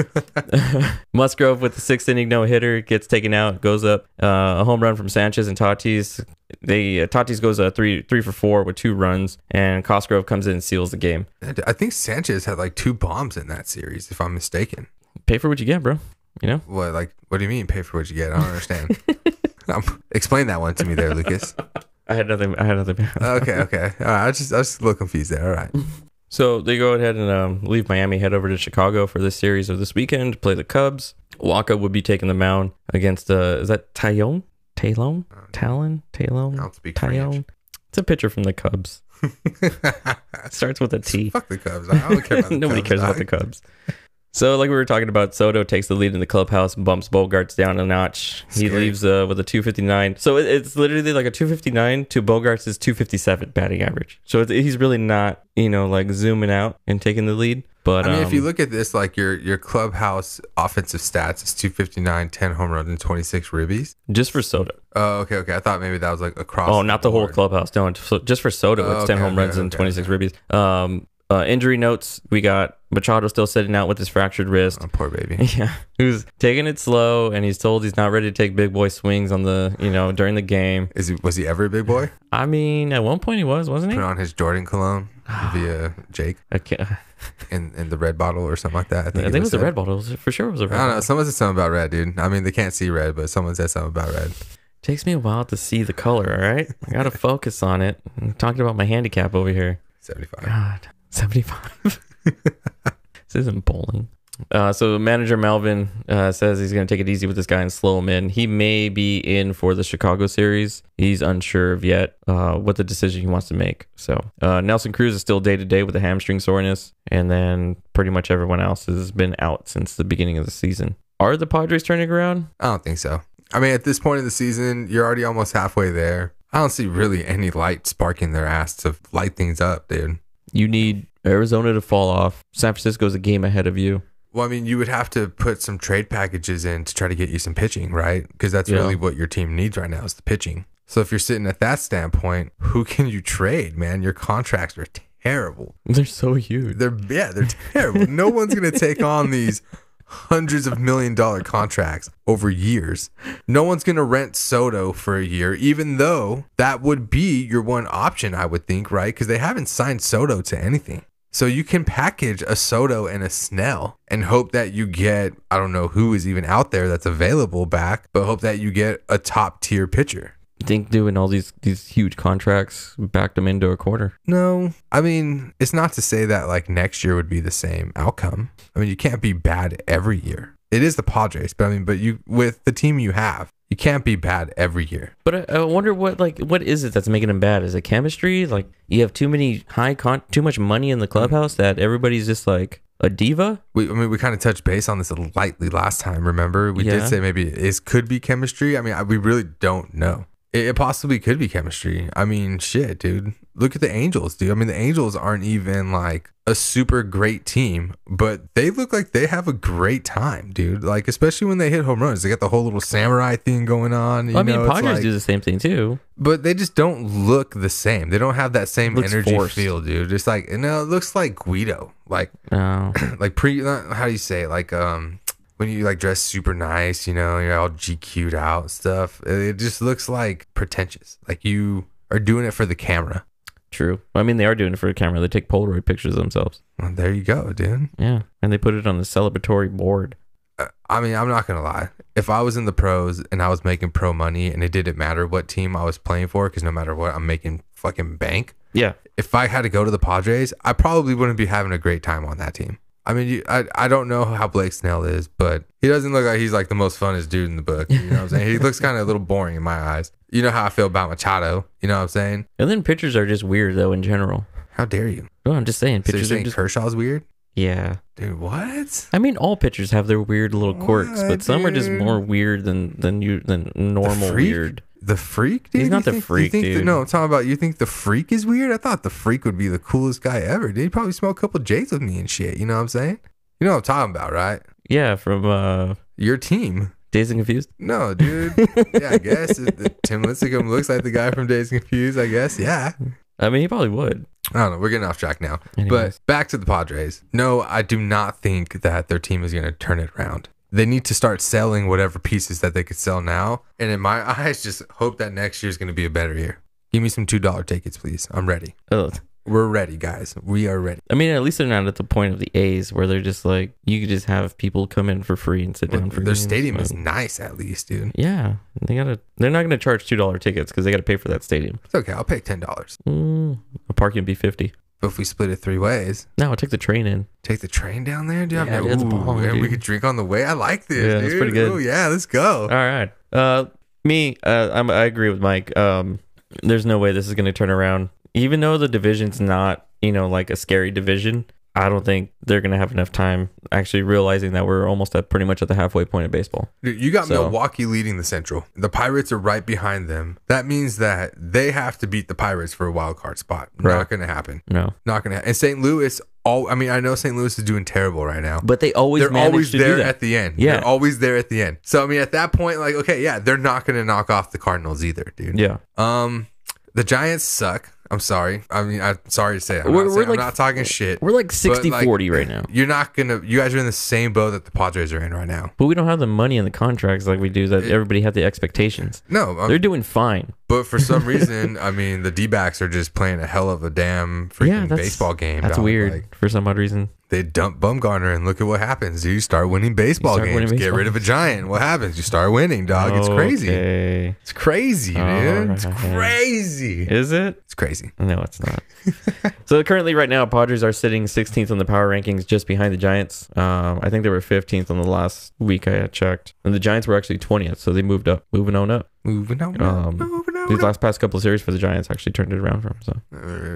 Speaker 2: Musgrove with the sixth inning no hitter gets taken out, goes up uh, a home run from Sanchez and Tatis. They uh, Tatis goes uh, three three for four with two runs, and Cosgrove comes in and seals the game.
Speaker 3: I think Sanchez had like two bombs in that series, if I'm mistaken.
Speaker 2: Pay for what you get, bro. You know.
Speaker 3: What like what do you mean pay for what you get? I don't understand. Um, explain that one to me there, Lucas.
Speaker 2: I had nothing. I had nothing.
Speaker 3: Okay, okay. All right, I was just I was just a little confused there. All right.
Speaker 2: Mm-hmm. So they go ahead and um, leave Miami, head over to Chicago for this series of this weekend, to play the Cubs. Waka would be taking the mound against, uh, is that Tyone? Talon? Talon? Talon?
Speaker 3: I don't speak
Speaker 2: Tyone? It's a pitcher from the Cubs. Starts with a T.
Speaker 3: Fuck the Cubs. I don't care about the
Speaker 2: Nobody
Speaker 3: Cubs,
Speaker 2: cares about
Speaker 3: dog.
Speaker 2: the Cubs. So, like we were talking about, Soto takes the lead in the clubhouse, bumps Bogarts down a notch. He
Speaker 3: Scary.
Speaker 2: leaves uh, with a 259. So it, it's literally like a 259 to Bogarts is 257 batting average. So it, he's really not, you know, like zooming out and taking the lead. But
Speaker 3: I mean, if you
Speaker 2: um,
Speaker 3: look at this, like your your clubhouse offensive stats is 259, 10 home run, and 26 ribbies.
Speaker 2: just for Soto.
Speaker 3: Oh, okay, okay. I thought maybe that was like across.
Speaker 2: Oh, not the whole
Speaker 3: board.
Speaker 2: clubhouse. No, so just for Soto,
Speaker 3: Oh,
Speaker 2: it's 10
Speaker 3: okay,
Speaker 2: home runs
Speaker 3: okay,
Speaker 2: and
Speaker 3: okay,
Speaker 2: 26 ribbies. Um, uh, injury notes we got Machado still sitting out with his fractured wrist.
Speaker 3: Oh, poor baby.
Speaker 2: Yeah, who's taking it slow, and he's told he's not ready to take big boy swings on the, you know, during the game.
Speaker 3: Is he, was he ever a big boy?
Speaker 2: I mean, at one point he was, wasn't he?
Speaker 3: Put on his Jordan cologne via Jake
Speaker 2: Okay. I
Speaker 3: in, in the red bottle or something like that. I think,
Speaker 2: think it was a
Speaker 3: said.
Speaker 2: red bottle. It was- For sure it was a red
Speaker 3: I don't
Speaker 2: bottle.
Speaker 3: know. Someone said something about red, dude. I mean, they can't see red, but someone said something about red.
Speaker 2: Takes me a while to see the color, all right? I got to focus on it. I'm talking about my handicap over here.
Speaker 3: 75.
Speaker 2: God, 75. this isn't bowling. Uh, so manager Melvin uh, says he's going to take it easy with this guy and slow him in. He may be in for the Chicago series. He's unsure of yet uh, what the decision he wants to make. So uh, Nelson Cruz is still day to day with a hamstring soreness, and then pretty much everyone else has been out since the beginning of the season. Are the Padres turning around?
Speaker 3: I don't think so. I mean, at this point in the season, you're already almost halfway there. I don't see really any light sparking their ass to light things up, dude.
Speaker 2: You need Arizona to fall off. San Francisco's a game ahead of you.
Speaker 3: Well, I mean, you would have to put some trade packages in to try to get you some pitching, right? Because that's
Speaker 2: Yeah.
Speaker 3: really what your team needs right now is the pitching. So if you're sitting at that standpoint, who can you trade, man? Your contracts are terrible.
Speaker 2: They're so huge.
Speaker 3: They're yeah, they're terrible. no one's gonna take on these hundreds of million dollar contracts over years. No one's gonna rent Soto for a year, even though that would be your one option, I would think, right? Because they haven't signed Soto to anything. So you can package a Soto and a Snell and hope that you get I don't know who is even out there that's available back, but hope that you get a top tier pitcher.
Speaker 2: think doing all these these huge contracts backed them into a corner.
Speaker 3: No, I mean, it's not to say that like next year would be the same outcome. I mean, you can't be bad every year. It is the Padres, but I mean, but you with the team you have, you can't be bad every year.
Speaker 2: But I, I wonder what like what is it that's making them bad? Is it chemistry? Like you have too many high con too much money in the clubhouse that everybody's just like a diva.
Speaker 3: We, I mean, we kind of touched base on this lightly last time. Remember, we
Speaker 2: Yeah.
Speaker 3: did say maybe it could be chemistry. I mean, I, we really don't know. It, it possibly could be chemistry. I mean, shit, dude. Look at the Angels, dude. I mean, the Angels aren't even like a super great team, but they look like they have a great time, dude. Like, especially when they hit home runs, they got the whole little samurai thing going on. You
Speaker 2: I mean,
Speaker 3: know, it's
Speaker 2: Padres
Speaker 3: like-
Speaker 2: do the same thing too.
Speaker 3: but they just don't look the same. They don't have that same
Speaker 2: Looks
Speaker 3: energy
Speaker 2: forced.
Speaker 3: feel, dude. It's like, no, it looks like Guido. Like,
Speaker 2: No,
Speaker 3: like pre not- how do you say it? like um when you like dress super nice you know you're all gq'd out and stuff it it just looks like pretentious like you are doing it for the camera
Speaker 2: true. I mean, they are doing it for the camera. They take Polaroid pictures of themselves.
Speaker 3: well, there you go dude
Speaker 2: Yeah, and they put it on the celebratory board.
Speaker 3: Uh, i mean i'm not gonna lie if i was in the pros and i was making pro money and it didn't matter what team i was playing for because no matter what i'm making fucking bank
Speaker 2: Yeah,
Speaker 3: if I had to go to the Padres, I probably wouldn't be having a great time on that team. I mean, you, I, I don't know how Blake Snell is, but he doesn't look like he's like the most funnest dude in the book. You know what I'm saying? He looks kind of a little boring in my eyes. You know how I feel about Machado. You know what I'm saying?
Speaker 2: and then pitchers are just weird though in general.
Speaker 3: How dare you?
Speaker 2: No, I'm just saying
Speaker 3: So
Speaker 2: pitchers
Speaker 3: you're
Speaker 2: are
Speaker 3: saying
Speaker 2: just
Speaker 3: Kershaw's weird?
Speaker 2: yeah.
Speaker 3: Dude, what?
Speaker 2: I mean, all pitchers have their weird little quirks,
Speaker 3: What,
Speaker 2: but some are just
Speaker 3: dude?
Speaker 2: more weird than than you than normal
Speaker 3: freak?
Speaker 2: weird.
Speaker 3: The freak, dude?
Speaker 2: He's
Speaker 3: You
Speaker 2: not the
Speaker 3: think- you
Speaker 2: freak,
Speaker 3: think the-
Speaker 2: dude.
Speaker 3: no, I'm talking about you think the freak is weird? I thought the freak would be the coolest guy ever, dude. He'd probably smoke a couple J's with me and shit. You know what I'm saying? You know what I'm talking about, right?
Speaker 2: Yeah, from uh
Speaker 3: Your team.
Speaker 2: Days and Confused.
Speaker 3: No, dude. yeah, I guess it, the- Tim Lincecum looks like the guy from Days Confused. I guess. Yeah.
Speaker 2: I mean, he probably would.
Speaker 3: I don't know. We're getting off track now.
Speaker 2: Anyways.
Speaker 3: But back to the Padres. No, I do not think that their team is going to turn it around. They need to start selling whatever pieces that they could sell now. And in my eyes, just hope that next year is going to be a better year. Give me some two dollar tickets, please. I'm ready.
Speaker 2: Ugh.
Speaker 3: We're ready, guys. We are ready.
Speaker 2: Uh, I mean, at least they're not at the point of the A's where they're just like you could just have people come in for free and sit down for
Speaker 3: Their
Speaker 2: games,
Speaker 3: stadium is
Speaker 2: but-
Speaker 3: nice, at least, dude.
Speaker 2: Yeah, they gotta. They're not gonna charge two dollar tickets because they gotta pay for that stadium.
Speaker 3: It's okay. I'll pay ten dollars.
Speaker 2: Mm, a parking be fifty.
Speaker 3: But if we split it three ways,
Speaker 2: No, I took the train in.
Speaker 3: Take the train down there, dude. I've
Speaker 2: Yeah,
Speaker 3: never-
Speaker 2: dude, it's
Speaker 3: ooh,
Speaker 2: baller,
Speaker 3: man, we
Speaker 2: dude.
Speaker 3: could drink on the way. I like this.
Speaker 2: Yeah,
Speaker 3: dude.
Speaker 2: that's pretty good.
Speaker 3: Ooh, yeah, let's go.
Speaker 2: All right. Uh, me, uh, I'm, I agree with Mike. Um, there's no way this is going to turn around. Even though the division's not, you know, like a scary division, I don't think they're going to have enough time actually realizing that we're almost at pretty much at the halfway point of baseball.
Speaker 3: Dude, you got
Speaker 2: So-
Speaker 3: Milwaukee leading the Central. The Pirates are right behind them. That means that they have to beat the Pirates for a wild card spot.
Speaker 2: Right.
Speaker 3: Not going to happen.
Speaker 2: No.
Speaker 3: Not going to. happen. And St. Louis all. I mean, I know St. Louis is doing terrible right now.
Speaker 2: But they always
Speaker 3: they're
Speaker 2: manage
Speaker 3: always
Speaker 2: to
Speaker 3: there
Speaker 2: do that.
Speaker 3: at the end.
Speaker 2: Yeah.
Speaker 3: They're always there at the end. So I mean, at that point, like, okay, yeah, they're not going to knock off the Cardinals either, dude.
Speaker 2: yeah,
Speaker 3: Um, the Giants suck. I'm sorry. I mean, I'm sorry to say. it. I'm,
Speaker 2: We're-
Speaker 3: not,
Speaker 2: we're
Speaker 3: saying- I'm
Speaker 2: like-
Speaker 3: not talking shit.
Speaker 2: we're like 60-40
Speaker 3: like,
Speaker 2: right now.
Speaker 3: You're not gonna. You guys are in the same boat that the Padres are in right now.
Speaker 2: But we don't have the money and the contracts like we do that everybody had the expectations.
Speaker 3: No, I'm-
Speaker 2: They're doing fine.
Speaker 3: but for some reason, I mean, the D-backs are just playing a hell of a damn freaking
Speaker 2: Yeah, that's,
Speaker 3: baseball game.
Speaker 2: That's
Speaker 3: dog.
Speaker 2: weird
Speaker 3: Like,
Speaker 2: for some odd reason.
Speaker 3: they dump Bumgarner, and look at what happens. You start winning baseball
Speaker 2: start
Speaker 3: games.
Speaker 2: winning
Speaker 3: Get
Speaker 2: baseball
Speaker 3: rid of a giant. What happens? You start winning, dog. It's crazy.
Speaker 2: Okay.
Speaker 3: It's crazy, dude. It's
Speaker 2: Alright.
Speaker 3: crazy.
Speaker 2: Is Oh, it?
Speaker 3: It's crazy.
Speaker 2: No, it's not. so currently, right now, Padres are sitting 16th on the power rankings, just behind the Giants. Um, I think they were 15th on the last week I had checked, and the Giants were actually 20th, so they moved up, moving on up.
Speaker 3: Moving on.
Speaker 2: Um,
Speaker 3: moving on.
Speaker 2: These last past couple of series for the Giants actually turned it around for them. So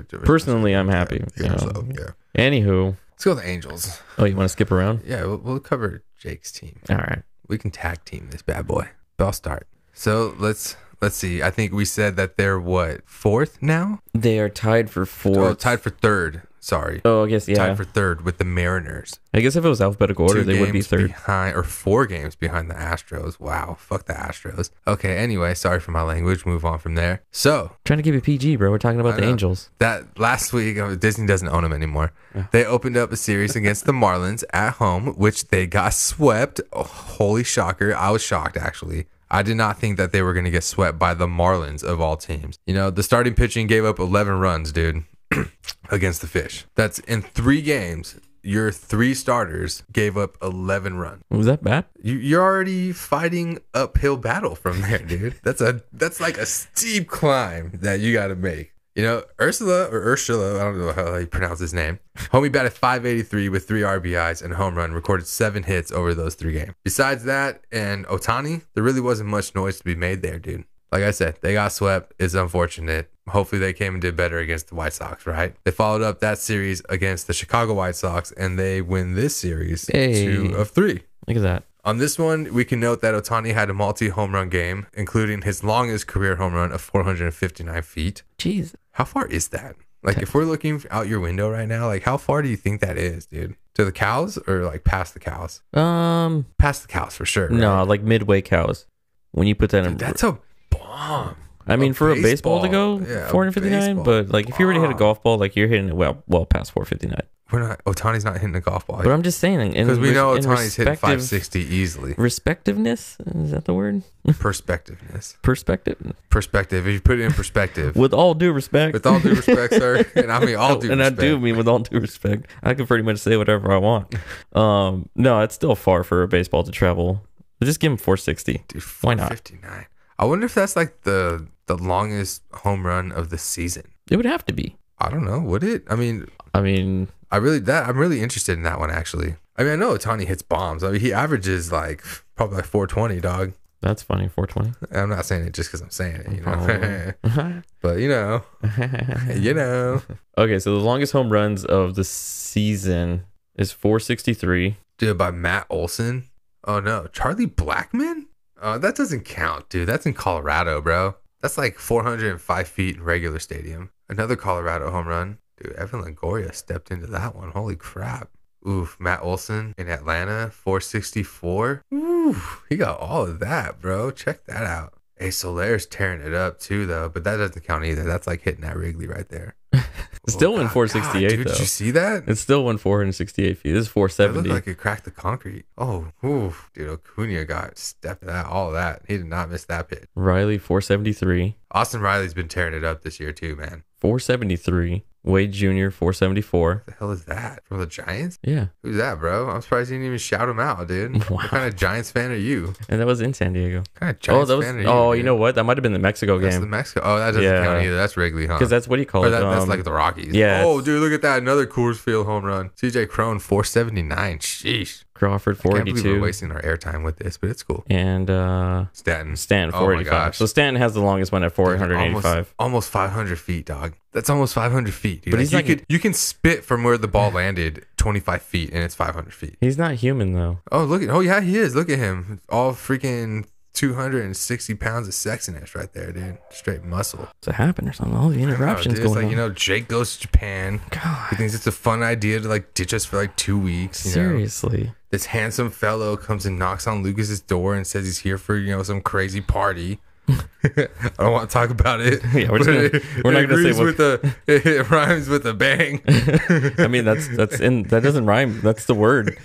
Speaker 2: personally, I'm happy. you
Speaker 3: Yeah,
Speaker 2: know.
Speaker 3: so, yeah.
Speaker 2: Anywho,
Speaker 3: Let's go with the Angels.
Speaker 2: oh, you want to skip around?
Speaker 3: Yeah, we'll, we'll cover Jake's team.
Speaker 2: All right.
Speaker 3: We can tag team this bad boy. But I'll start. So let's let's see. I think we said that they're what fourth now?
Speaker 2: They are tied for
Speaker 3: Or
Speaker 2: fourth.
Speaker 3: tied for third. Sorry,
Speaker 2: Oh, I guess yeah.
Speaker 3: tied for third with the Mariners.
Speaker 2: I guess if it was alphabetical order,
Speaker 3: Two
Speaker 2: they would be
Speaker 3: games
Speaker 2: third.
Speaker 3: behind, or four games behind the Astros. Wow, fuck the Astros. Okay, anyway, sorry for my language. Move on from there. So
Speaker 2: Trying to keep it PG, bro. We're talking about
Speaker 3: I
Speaker 2: the
Speaker 3: know.
Speaker 2: Angels.
Speaker 3: that last week uh, Disney doesn't own them anymore. They opened up a series against the Marlins at home, which they got swept. Oh, holy shocker! I was shocked actually. I did not think that they were going to get swept by the Marlins of all teams. You know, the starting pitching gave up 11 runs, dude, against the Fish. That's in three games. Your three starters gave up 11 runs.
Speaker 2: Was that bad?
Speaker 3: You, you're already fighting uphill battle from there, dude. That's a that's like a steep climb that you got to make. You know, Ursula or Ursula, I don't know how you pronounce his name. Homie batted 583 with three RBIs and a home run, recorded seven hits over those three games. Besides that, and Otani, there really wasn't much noise to be made there, dude. Like I said, they got swept. It's unfortunate. Hopefully, they came and did better against the White Sox, right? They followed up that series against the Chicago White Sox, and they win this series
Speaker 2: Hey.
Speaker 3: two of three.
Speaker 2: Look at that.
Speaker 3: On this one, we can note that Otani had a multi home run game, including his longest career home run of 459 feet.
Speaker 2: Jeez.
Speaker 3: How far is that? Like, if we're looking out your window right now, like, how far do you think that is, dude? To the cows or like past the cows?
Speaker 2: Um,
Speaker 3: Past the cows for sure. right?
Speaker 2: no, like midway cows. When you put that in,
Speaker 3: Dude, that's a bomb.
Speaker 2: I mean,
Speaker 3: a
Speaker 2: for a baseball
Speaker 3: baseball.
Speaker 2: to go
Speaker 3: Yeah, a
Speaker 2: 459,
Speaker 3: baseball.
Speaker 2: but like if you already hit a
Speaker 3: Wow.
Speaker 2: golf ball, like you're hitting it well, well past 459.
Speaker 3: We're not, Otani's not hitting a golf ball
Speaker 2: But I'm just saying, in
Speaker 3: because we
Speaker 2: res-
Speaker 3: know
Speaker 2: in
Speaker 3: Otani's hitting
Speaker 2: respective-
Speaker 3: 560 easily.
Speaker 2: Respectiveness is that the word?
Speaker 3: Perspectiveness.
Speaker 2: Perspective.
Speaker 3: Perspective. If you put it in perspective,
Speaker 2: With all due respect,
Speaker 3: with all due respect, sir, and I mean all due
Speaker 2: and
Speaker 3: respect.
Speaker 2: I do mean with all due respect, I can pretty much say whatever I want. Um, no, it's still far for a baseball to travel. Just give him 460.
Speaker 3: Dude,
Speaker 2: Why not?
Speaker 3: 459. I wonder if that's like the the longest home run of the season.
Speaker 2: It would have to be.
Speaker 3: I don't know. Would it? I mean,
Speaker 2: I mean,
Speaker 3: I really that I'm really interested in that one actually. I mean, I know Otani hits bombs. I mean, he averages like probably like 420, dog.
Speaker 2: that's funny. 420.
Speaker 3: I'm not saying it just because I'm saying it, you know. but you know, you know,
Speaker 2: okay, so the longest home runs of the season is 463.
Speaker 3: dude, by Matt Olson. Oh no, Charlie Blackman. Uh, that doesn't count, dude. That's in Colorado, bro. That's like 405 feet in regular stadium. Another Colorado home run. Dude, Evan Longoria stepped into that one. Holy crap. Oof, Matt Olson in Atlanta, 464. Oof, he got all of that, bro. Check that out. Hey, Solaire's tearing it up too, though, but that doesn't count either. That's like hitting that Wrigley right there.
Speaker 2: Still
Speaker 3: Oh,
Speaker 2: in
Speaker 3: God,
Speaker 2: 468,
Speaker 3: God, dude, Did
Speaker 2: though.
Speaker 3: you see that?
Speaker 2: It's still one 468 feet. This is
Speaker 3: It
Speaker 2: 470.
Speaker 3: looked like it cracked the concrete. Oh, oof. dude, Acuna got stepped that all that. He did not miss that pitch.
Speaker 2: Riley 473.
Speaker 3: Austin Riley's been tearing it up this year too, man.
Speaker 2: 473. Wade Jr. 474.
Speaker 3: What the hell is that from the Giants?
Speaker 2: Yeah,
Speaker 3: Who's that, bro? I'm surprised you didn't even shout him out, dude.
Speaker 2: Wow.
Speaker 3: What kind of Giants fan are you? What
Speaker 2: and that was in San Diego.
Speaker 3: kind of Giants
Speaker 2: oh, that was.
Speaker 3: fan are you?
Speaker 2: oh, you
Speaker 3: dude?
Speaker 2: know what? That might have been the Mexico
Speaker 3: that's the
Speaker 2: game
Speaker 3: Mexico. Oh, that doesn't
Speaker 2: Yeah.
Speaker 3: count either. That's Wrigley, huh?
Speaker 2: because that's what do you call
Speaker 3: or
Speaker 2: it?
Speaker 3: that, that's
Speaker 2: Um,
Speaker 3: like the Rockies.
Speaker 2: yeah,
Speaker 3: Oh,
Speaker 2: it's-
Speaker 3: dude, look at that! Another Coors Field home run. C.J. Crone, 479. Sheesh.
Speaker 2: Crawford
Speaker 3: Can't believe we're
Speaker 2: 482
Speaker 3: wasting our airtime with this, but it's cool.
Speaker 2: and uh,
Speaker 3: Stanton.
Speaker 2: Stan
Speaker 3: Oh my
Speaker 2: 485.
Speaker 3: gosh.
Speaker 2: so Stanton has the longest one at 485.
Speaker 3: Almost, almost 500 feet, dog. That's almost 500 feet, dude.
Speaker 2: But
Speaker 3: Like,
Speaker 2: he's
Speaker 3: you
Speaker 2: like-
Speaker 3: could you can spit from where the ball landed 25 feet, and it's 500 feet.
Speaker 2: He's not human though.
Speaker 3: Oh look at oh yeah he is. Look at him, all freaking 260 pounds of sexiness right there, dude. Straight muscle.
Speaker 2: to happen or something. All the interruptions
Speaker 3: Oh, dude,
Speaker 2: going
Speaker 3: it's like,
Speaker 2: on.
Speaker 3: you know, Jake goes to Japan. He
Speaker 2: God,
Speaker 3: thinks it's a fun idea to like ditch us for like two weeks. You know?
Speaker 2: seriously.
Speaker 3: This handsome fellow comes and knocks on Lucas's door and says he's here for, you know, some crazy party. I don't want to talk about it.
Speaker 2: Yeah, we're just
Speaker 3: but
Speaker 2: gonna- we're not
Speaker 3: it
Speaker 2: gonna say
Speaker 3: agrees
Speaker 2: what-
Speaker 3: with a it rhymes with a bang.
Speaker 2: I mean, that's that's in that doesn't rhyme. That's the word.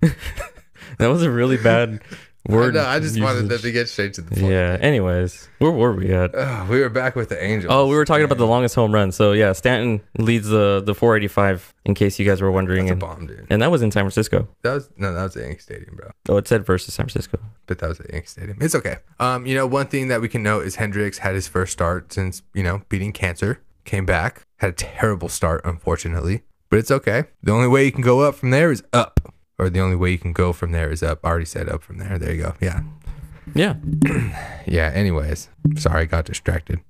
Speaker 2: that was a really bad
Speaker 3: I,
Speaker 2: word.
Speaker 3: know, I just wanted them
Speaker 2: usage.
Speaker 3: to get straight to Uh, the point.
Speaker 2: Yeah. Anyways, where were we at?
Speaker 3: Ugh, we were back with the Angels.
Speaker 2: Oh, we were talking about the longest home run. So yeah, Stanton leads the the 485. In case you guys were wondering,
Speaker 3: That's a
Speaker 2: and,
Speaker 3: bomb, dude.
Speaker 2: and that was in San Francisco.
Speaker 3: That was no, that was at Yankee Stadium, bro.
Speaker 2: Oh, it said versus San Francisco.
Speaker 3: But that was at Yankee Stadium. It's okay. Um, you know, one thing that we can note is Hendricks had his first start since you know beating cancer, came back, had a terrible start, unfortunately. But it's okay. The only way you can go up from there is up, or the only way you can go from there is up. I already said up from there. There you go. Yeah,
Speaker 2: Yeah.
Speaker 3: yeah. Anyways, sorry, I got distracted.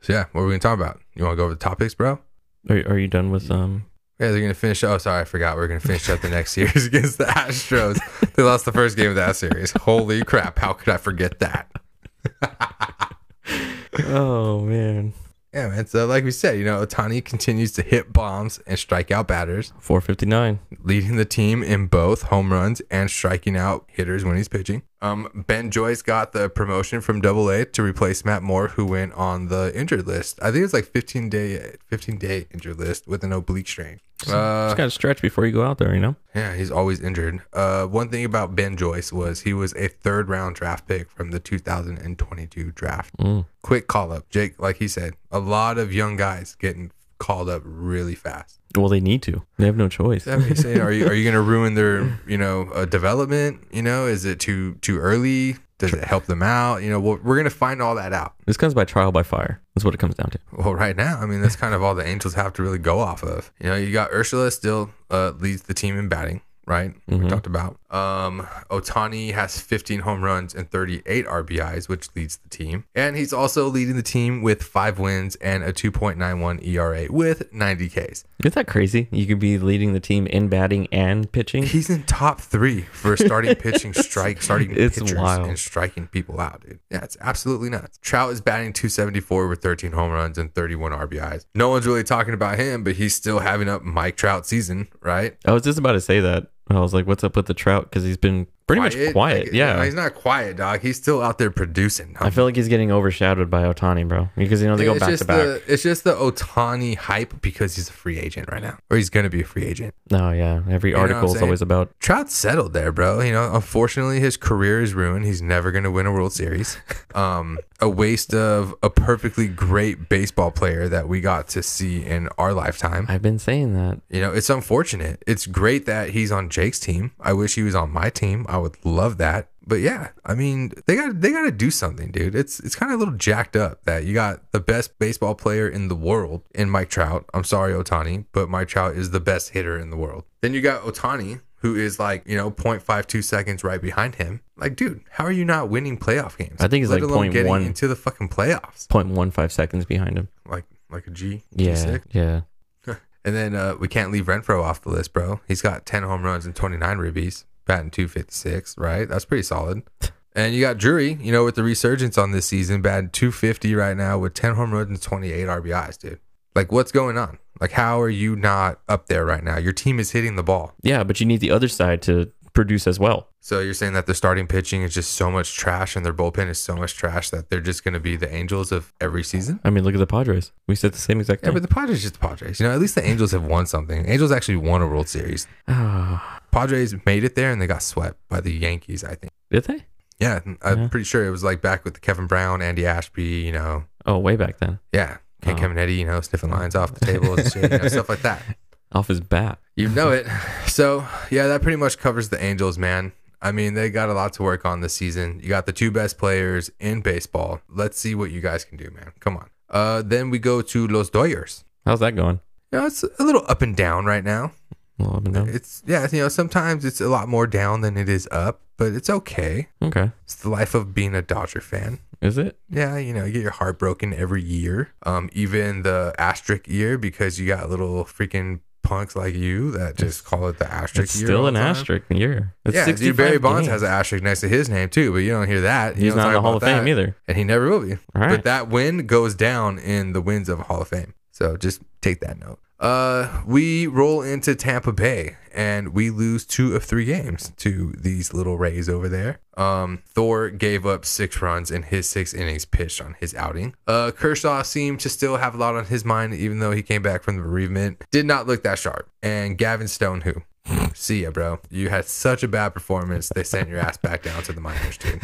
Speaker 3: So yeah, what are we gonna talk about? You want to go over the topics, bro?
Speaker 2: Are, are you done with um?
Speaker 3: Yeah, they're gonna finish. Oh, sorry, I forgot. We're gonna finish up the next series against the Astros. They lost the first game of that series. Holy crap! How could I forget that?
Speaker 2: Oh man.
Speaker 3: Yeah, man. So, like we said, you know, Otani continues to hit bombs and strike out batters,
Speaker 2: 459.
Speaker 3: leading the team in both home runs and striking out hitters when he's pitching. Um, ben Joyce got the promotion from Double A to replace Matt Moore, who went on the injured list. I think it's like 15 day, 15 day injured list with an oblique strain. Uh,
Speaker 2: Just gotta stretch before you go out there, you know.
Speaker 3: Yeah, he's always injured. Uh, one thing about Ben Joyce was he was a third round draft pick from the 2022 draft.
Speaker 2: Mm.
Speaker 3: Quick call up, Jake. Like he said, a lot of young guys getting called up really fast.
Speaker 2: Well, they need to. They have no choice.
Speaker 3: That being said, are you are you going to ruin their you know uh, development? You know, is it too too early? Does it help them out? You know, we're, we're going to find all that out.
Speaker 2: This comes by trial by fire. That's what it comes down to.
Speaker 3: Well, right now, I mean, that's kind of all the Angels have to really go off of. You know, you got Ursula still uh, leads the team in batting, right? We talked about. Um, Otani has 15 home runs and 38 RBIs, which leads the team. And he's also leading the team with five wins and a 2.91 ERA E with 90 Ks.
Speaker 2: Isn't that crazy? You could be leading the team in batting and pitching.
Speaker 3: He's in top three for starting pitching strike, starting
Speaker 2: It's
Speaker 3: pitchers
Speaker 2: wild.
Speaker 3: and striking people out, dude. Yeah, it's absolutely nuts. Trout is batting 274 with 13 home runs and 31 RBIs. No one's really talking about him, but he's still having up Mike Trout season, right?
Speaker 2: I was just about to say that. I was like, "What's up with the Trout?" Because he's been pretty much quiet.
Speaker 3: Like,
Speaker 2: yeah,
Speaker 3: no, he's not quiet, dog. He's still out there producing.
Speaker 2: I feel like he's getting overshadowed by Otani, bro. Because you know they go
Speaker 3: it's
Speaker 2: back
Speaker 3: just
Speaker 2: to back.
Speaker 3: the it's just the Otani hype because he's a free agent right now, or he's gonna be a free agent.
Speaker 2: No, yeah. Every
Speaker 3: know what I'm
Speaker 2: article is
Speaker 3: saying?
Speaker 2: always about.
Speaker 3: Trout settled there, bro. You know, unfortunately, his career is ruined. He's never going to win a World Series. Um, a waste of a perfectly great baseball player that we got to see in our lifetime.
Speaker 2: I've been saying that.
Speaker 3: You know, it's unfortunate. It's great that he's on Jake's team. I wish he was on my team. I would love that. But yeah, I mean, they got they got to do something, dude. It's it's kind of a little jacked up that you got the best baseball player in the world in Mike Trout. I'm sorry, Otani, but Mike Trout is the best hitter in the world. Then you got Otani, who is like you know 0.52 seconds right behind him. Like, dude, how are you not winning playoff games?
Speaker 2: I think he's
Speaker 3: Let
Speaker 2: like
Speaker 3: alone getting
Speaker 2: 0.1.
Speaker 3: into the fucking playoffs.
Speaker 2: 0.15 seconds behind him.
Speaker 3: Like like a G,
Speaker 2: Yeah,
Speaker 3: G6.
Speaker 2: yeah.
Speaker 3: And then uh, we can't leave Renfro off the list, bro. He's got 10 home runs and 29 ribbies, batting 256, right? That's pretty solid. And you got Drury, you know, with the resurgence on this season, batting 250 right now with 10 home runs and 28 RBIs, dude. Like, what's going on? Like, how are you not up there right now? Your team is hitting the ball.
Speaker 2: Yeah, but you need the other side to produce as well.
Speaker 3: So you're saying that the starting pitching is just so much trash and their bullpen is so much trash that they're just going to be the Angels of every season?
Speaker 2: I mean, look at the Padres. We said the same exact
Speaker 3: Yeah,
Speaker 2: thing.
Speaker 3: but the Padres is just the Padres. You know, at least the Angels have won something. Angels actually won a World Series.
Speaker 2: Ah,
Speaker 3: Padres made it there and they got swept by the Yankees, I think.
Speaker 2: did they?
Speaker 3: Yeah, I'm
Speaker 2: Yeah.
Speaker 3: pretty sure it was like back with the Kevin Brown, Andy Ashby, you know.
Speaker 2: Oh, way back then.
Speaker 3: Yeah. Ken
Speaker 2: Oh.
Speaker 3: Caminiti, you know, sniffing lines off the tables and shit, you know, stuff like that.
Speaker 2: Off his bat.
Speaker 3: You know it. So, yeah, that pretty much covers the Angels, man. I mean, they got a lot to work on this season. You got the two best players in baseball. Let's see what you guys can do, man. Come on. Uh, then we go to Los Doyers.
Speaker 2: How's that going?
Speaker 3: You know, it's a little up and down right now.
Speaker 2: Well, up and down.
Speaker 3: It's, yeah, you know, sometimes it's a lot more down than it is up, but it's okay.
Speaker 2: Okay.
Speaker 3: It's the life of being a Dodger fan.
Speaker 2: Is it?
Speaker 3: Yeah, you know, you get your heart broken every year, um, even the asterisk year because you got little freaking punks like you that just call it the asterisk.
Speaker 2: It's
Speaker 3: year
Speaker 2: still
Speaker 3: all
Speaker 2: an
Speaker 3: the time.
Speaker 2: asterisk year. It's
Speaker 3: yeah, dude, Barry
Speaker 2: 65
Speaker 3: Bonds
Speaker 2: games.
Speaker 3: has an asterisk next to his name too, but you don't hear that. You
Speaker 2: He's
Speaker 3: don't
Speaker 2: not in
Speaker 3: talk
Speaker 2: the Hall of
Speaker 3: about
Speaker 2: Fame
Speaker 3: that,
Speaker 2: either.
Speaker 3: and he never will be.
Speaker 2: All right.
Speaker 3: But that win goes down in the wins of Hall of Fame. So just take that note. Uh, we roll into Tampa Bay and we lose two of three games to these little Rays over there. Um, Thor gave up six runs in his six innings pitched on his outing. Uh, Kershaw seemed to still have a lot on his mind, even though he came back from the bereavement. Did not look that sharp. And Gavin Stone, who see ya, bro. You had such a bad performance. They sent your ass back down to the minors, dude.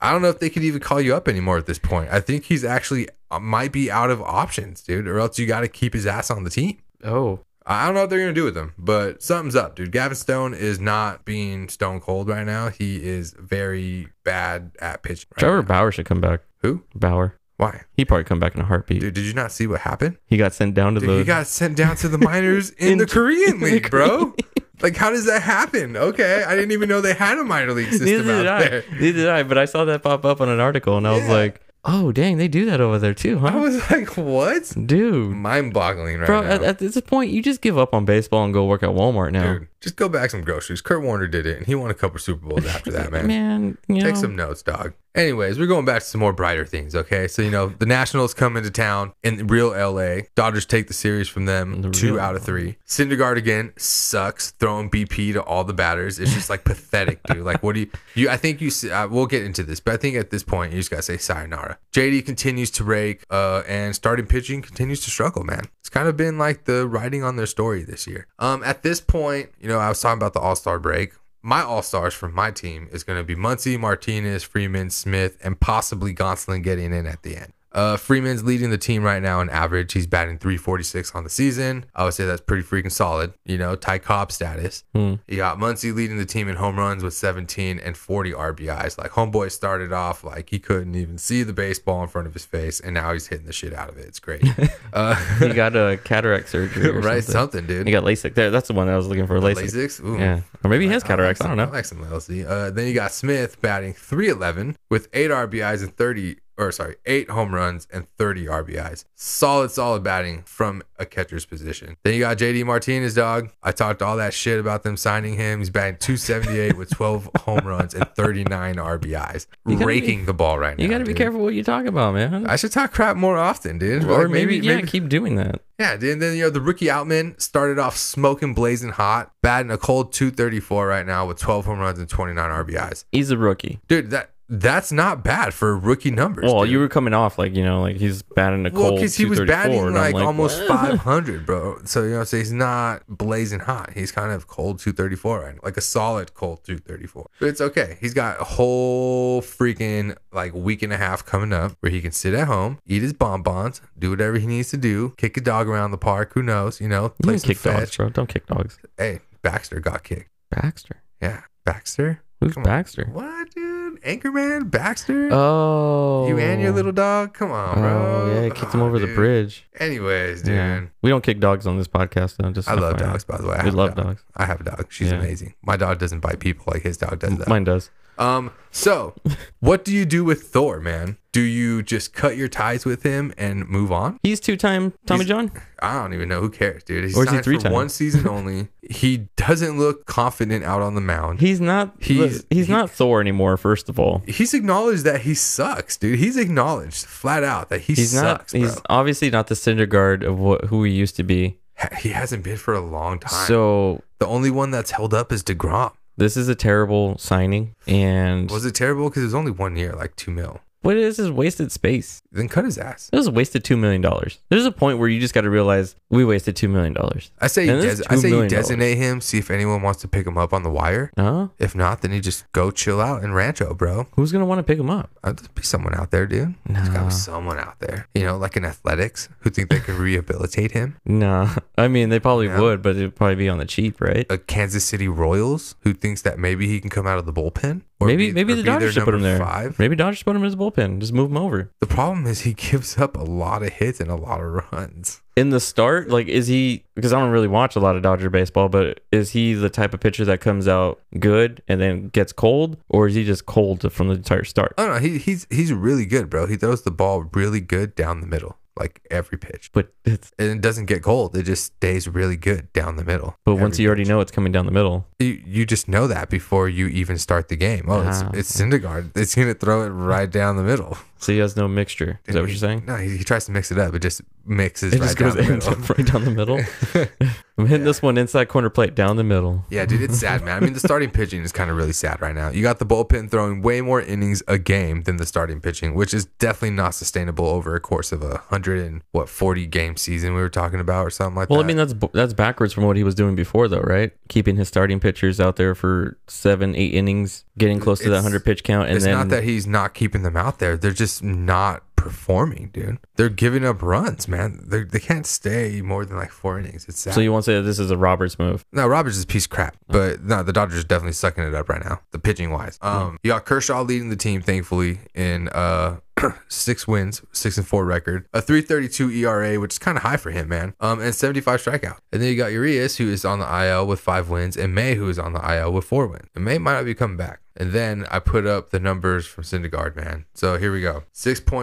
Speaker 3: I don't know if they could even call you up anymore at this point. I think he's actually uh, might be out of options, dude, or else you got to keep his ass on the team.
Speaker 2: Oh,
Speaker 3: I don't know what they're going to do with him, but something's up, dude. Gavin Stone is not being stone cold right now. He is very bad at pitching. right
Speaker 2: Trevor
Speaker 3: now.
Speaker 2: Bauer should come back.
Speaker 3: Who?
Speaker 2: Bauer.
Speaker 3: Why?
Speaker 2: He probably come back in a heartbeat.
Speaker 3: Dude, did you not see what happened?
Speaker 2: He got sent down to
Speaker 3: Dude,
Speaker 2: the.
Speaker 3: he got sent down to the minors in,
Speaker 2: In-
Speaker 3: the Korean
Speaker 2: the
Speaker 3: League, bro.
Speaker 2: Korean
Speaker 3: Like, how does that happen? Okay, I didn't even know they had a minor league
Speaker 2: Neither
Speaker 3: system
Speaker 2: did
Speaker 3: out
Speaker 2: I.
Speaker 3: there.
Speaker 2: Neither did I. But I saw that pop up on an article, and I was
Speaker 3: Yeah.
Speaker 2: like, "Oh, dang, they do that over there too,
Speaker 3: I
Speaker 2: huh?"
Speaker 3: was like, what?
Speaker 2: Dude,
Speaker 3: Mind-boggling right
Speaker 2: bro,
Speaker 3: now.
Speaker 2: at, at this point, you just give up on baseball and go work at Walmart now,
Speaker 3: Dude, just go back some groceries. Kurt Warner did it, and he won a couple Super Bowls after that, man.
Speaker 2: man. You know,
Speaker 3: Take some notes, dog. Anyways, we're going back to some more brighter things, okay? So, you know, the Nationals come into town in real LA. Dodgers take the series from them,
Speaker 2: The
Speaker 3: two
Speaker 2: real-
Speaker 3: out of three. Syndergaard again sucks, throwing BP to all the batters. It's just like pathetic, dude. Like, what do you, you I think you, see- uh, we'll get into this, but I think at this point, you just got to say sayonara. JD continues to rake, uh, and starting pitching continues to struggle, man. It's kind of been like the writing on their story this year. Um, At this point, you know, I was talking about the All Star break my all stars from my team is going to be Muncie, Martinez, Freeman, Smith, and possibly Gonsolin getting in at the end. Uh, Freeman's leading the team right now in average. He's batting 346 on the season. I would say that's pretty freaking solid. You know, Ty Cobb status.
Speaker 2: Hmm.
Speaker 3: You got Muncie leading the team in home runs with 17 and 40 RBIs. Like, homeboy started off like he couldn't even see the baseball in front of his face, and now he's hitting the shit out of it. It's great.
Speaker 2: he
Speaker 3: Uh,
Speaker 2: got a cataract surgery, or
Speaker 3: right?
Speaker 2: Something.
Speaker 3: Something, dude.
Speaker 2: He got LASIK. There, that's the one I was looking for. LASIK.
Speaker 3: LASIKs? Ooh.
Speaker 2: Yeah, or maybe he has
Speaker 3: I
Speaker 2: cataracts.
Speaker 3: like
Speaker 2: I don't
Speaker 3: some-
Speaker 2: know.
Speaker 3: I like some LLC. Uh, then you got Smith batting 311 with eight RBIs and 30, or sorry, eight home runs and 30 RBIs. Solid, solid batting from a catcher's position. Then you got JD Martinez, dog. I talked all that shit about them signing him. He's batting 278 with 12 home runs and 39 RBIs,
Speaker 2: You gotta be-
Speaker 3: raking the ball right now.
Speaker 2: You got to be
Speaker 3: dude.
Speaker 2: careful what you talk about, man.
Speaker 3: I should talk crap more often, dude.
Speaker 2: or
Speaker 3: Like,
Speaker 2: maybe, yeah, keep doing that.
Speaker 3: yeah, dude, and then you know the rookie Outman started off smoking blazing hot, batting a cold 234 right now with 12 home runs and 29 RBIs.
Speaker 2: He's a rookie.
Speaker 3: Dude, that that's not bad for rookie numbers.
Speaker 2: Well,
Speaker 3: dude.
Speaker 2: you were coming off like you know, like he's batting a
Speaker 3: well
Speaker 2: cold.
Speaker 3: because he was
Speaker 2: 234,
Speaker 3: batting
Speaker 2: and I'm
Speaker 3: like, almost
Speaker 2: "What?"
Speaker 3: 500, bro. So you know, so he's not blazing hot. He's kind of cold 234 right now, like a solid cold 234. But it's okay. He's got a whole freaking like week and a half coming up where he can sit at home, eat his bonbons, do whatever he needs to do, kick a dog around the park. Who knows? You know,
Speaker 2: You
Speaker 3: play
Speaker 2: don't
Speaker 3: some
Speaker 2: kick dogs,
Speaker 3: fetch.
Speaker 2: bro. Don't kick dogs.
Speaker 3: Hey, Baxter got kicked.
Speaker 2: Baxter.
Speaker 3: Yeah, Baxter.
Speaker 2: Who's
Speaker 3: Come on.
Speaker 2: Baxter?
Speaker 3: What, dude? Anchorman, Baxter.
Speaker 2: Oh,
Speaker 3: you and your little dog. Come on, bro.
Speaker 2: Oh yeah, he kicked him
Speaker 3: Aw,
Speaker 2: over the
Speaker 3: dude.
Speaker 2: bridge.
Speaker 3: Anyways, dude.
Speaker 2: Yeah, we don't kick dogs on this podcast though. Just
Speaker 3: I love
Speaker 2: FYI.
Speaker 3: dogs, by the way. I
Speaker 2: We
Speaker 3: have a
Speaker 2: love
Speaker 3: dog.
Speaker 2: dogs.
Speaker 3: I have a dog. She's
Speaker 2: Yeah.
Speaker 3: amazing. My dog doesn't bite people like his dog does that.
Speaker 2: Mine does.
Speaker 3: Um, so what do you do with Thor, man? Do you just cut your ties with him and move on?
Speaker 2: He's two-time Tommy
Speaker 3: He's-
Speaker 2: John.
Speaker 3: I don't even know who cares, dude. He's
Speaker 2: Or is he
Speaker 3: signed for
Speaker 2: three-time?
Speaker 3: one season only. he doesn't look confident out on the mound.
Speaker 2: He's not. He's
Speaker 3: He's-
Speaker 2: he's
Speaker 3: he-
Speaker 2: not Thor anymore. First of all,
Speaker 3: he's acknowledged that he sucks, dude. He's acknowledged flat out that he
Speaker 2: he's
Speaker 3: sucks.
Speaker 2: not.
Speaker 3: bro.
Speaker 2: He's obviously not the Cindergard of what who he used to be.
Speaker 3: Ha- he hasn't been for a long time.
Speaker 2: So
Speaker 3: the only one that's held up is Degrom.
Speaker 2: this is a terrible signing, and
Speaker 3: Was it terrible? Because it was only one year, like two mil.
Speaker 2: what it is is wasted space.
Speaker 3: Then cut his ass.
Speaker 2: This is wasted two million dollars. There's a point where you just got to realize we wasted two million dollars.
Speaker 3: I say, you
Speaker 2: And that's
Speaker 3: des- I
Speaker 2: $2
Speaker 3: say you
Speaker 2: million.
Speaker 3: designate him. See if anyone wants to pick him up on the wire.
Speaker 2: No,
Speaker 3: If not, then you just go chill out in Rancho, bro.
Speaker 2: who's gonna want to pick him up?
Speaker 3: Uh, There's be someone out there, dude. There's gotta
Speaker 2: No.
Speaker 3: be someone out there. You know, like in athletics, who think they can rehabilitate him.
Speaker 2: No, I mean they probably
Speaker 3: Yeah.
Speaker 2: would, but it'd probably be on the cheap, right?
Speaker 3: A Kansas City Royals who thinks that maybe he can come out of the bullpen. Or
Speaker 2: maybe
Speaker 3: be-
Speaker 2: maybe
Speaker 3: or
Speaker 2: the
Speaker 3: be their
Speaker 2: Dodgers should put him
Speaker 3: number
Speaker 2: there.
Speaker 3: Five.
Speaker 2: Maybe Dodgers should put him in his bullpen. Just move him over.
Speaker 3: The problem is he gives up a lot of hits and a lot of runs.
Speaker 2: In the start, like is he? Because I don't really watch a lot of Dodger baseball, but is he the type of pitcher that comes out good and then gets cold, or is he just cold from the entire start?
Speaker 3: Uh, Oh no, he, he's he's really good, bro. He throws the ball really good down the middle. like every pitch.
Speaker 2: But it's,
Speaker 3: And it doesn't get cold. It just stays really good down the middle.
Speaker 2: but once
Speaker 3: every
Speaker 2: you already
Speaker 3: pitch.
Speaker 2: know it's coming down the middle,
Speaker 3: you, you just know that before you even start the game. Oh, it's
Speaker 2: Ah,
Speaker 3: it's Syndergaard. It's gonna throw it right down the middle.
Speaker 2: so he has no mixture. Is that what you're saying?
Speaker 3: No, he, he tries to mix it up. It just mixes
Speaker 2: It
Speaker 3: right
Speaker 2: just
Speaker 3: down
Speaker 2: goes
Speaker 3: the
Speaker 2: ends
Speaker 3: middle.
Speaker 2: up right down the middle. I'm hitting this one inside corner plate down the middle.
Speaker 3: Yeah, dude, it's sad, man. I mean, the starting pitching is kind of really sad right now. You got the bullpen throwing way more innings a game than the starting pitching, which is definitely not sustainable over a course of a hundred and what forty game season we were talking about or something like
Speaker 2: Well,
Speaker 3: that.
Speaker 2: I mean that's that's backwards from what he was doing before, though, right? Keeping his starting pitchers out there for seven, eight innings, getting close to that
Speaker 3: It's-
Speaker 2: hundred pitch count, and
Speaker 3: it's
Speaker 2: then
Speaker 3: not that he's not keeping them out there; they're just not performing, dude. They're giving up runs, man. They're, they can't stay more than like four innings. It's sad.
Speaker 2: so you won't say that this is a Roberts move.
Speaker 3: No, Roberts is a piece of crap, but no, the Dodgers are definitely sucking it up right now, the pitching wise. Um, you got Kershaw leading the team, thankfully, in uh six wins, six and four record, a 3.32 ERA, which is kind of high for him, man. Um, and 75 strikeout. And then you got Urias, who is on the IL with five wins, and May, who is on the IL with four wins. And May might not be coming back. And then I put up the numbers from Syndergaard, man. So here we go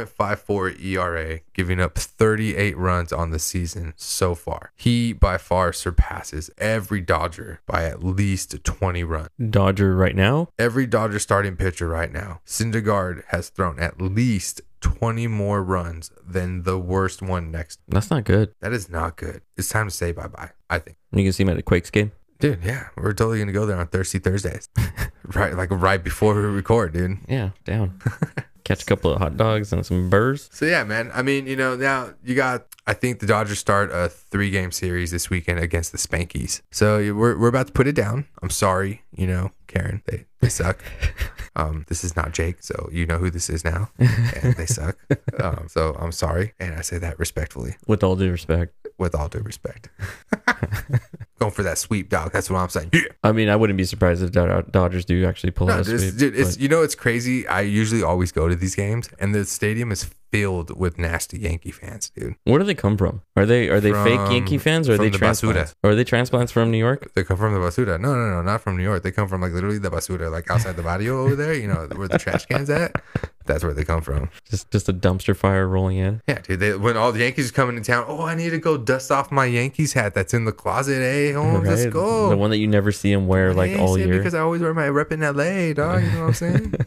Speaker 3: 6.54 ERA, E giving up 38 runs on the season so far. He by far surpasses every Dodger by at least 20 runs.
Speaker 2: Dodger right now.
Speaker 3: Every Dodger starting pitcher right now, Syndergaard has thrown at least 20 more runs than the worst one next.
Speaker 2: That's not good.
Speaker 3: That is not good. It's time to say bye bye, I think.
Speaker 2: You can see him at a Quakes game.
Speaker 3: Dude, yeah, we're totally going to go there on Thirsty Thursdays. right, like right before we record, dude.
Speaker 2: Yeah, down. Catch a couple of hot dogs and some burrs.
Speaker 3: So yeah, man. I mean, you know, now you got. I think the Dodgers start a three-game series this weekend against the Spankies. So you- we're, we're about to put it down. I'm sorry, you know, Karen. They they suck. Um, this is not Jake, so you know who this is now, and they suck. Um, so I'm sorry, and I say that respectfully,
Speaker 2: With all due respect,
Speaker 3: with all due respect. Going for that sweep, dog. That's what I'm saying. Yeah.
Speaker 2: I mean I wouldn't be surprised if Dod- Dodgers do actually pull
Speaker 3: No,
Speaker 2: out a
Speaker 3: dude, it's,
Speaker 2: sweep.
Speaker 3: dude, it's
Speaker 2: but
Speaker 3: you know it's crazy. I usually always go to these games, and the stadium is filled with nasty Yankee fans, dude.
Speaker 2: where do they come from? Are they are they fake
Speaker 3: From-
Speaker 2: Yankee fans or are
Speaker 3: from
Speaker 2: they
Speaker 3: the
Speaker 2: transplants? Or are they transplants from New York?
Speaker 3: They come from the basura. No, no, no, not from New York. They come from like literally the basura, like outside the barrio over there. You know where the trash cans at? That's where they come from.
Speaker 2: Just just a dumpster fire rolling in.
Speaker 3: Yeah, dude. They, when all the Yankees are coming to town, oh, I need to go dust off my Yankees hat that's in the closet. Hey, home, Oh, let's
Speaker 2: Right?
Speaker 3: go.
Speaker 2: The one that you never see him wear
Speaker 3: I
Speaker 2: like
Speaker 3: ain't
Speaker 2: all
Speaker 3: saying
Speaker 2: year.
Speaker 3: because I always wear my rep in LA, dog. You know what I'm saying?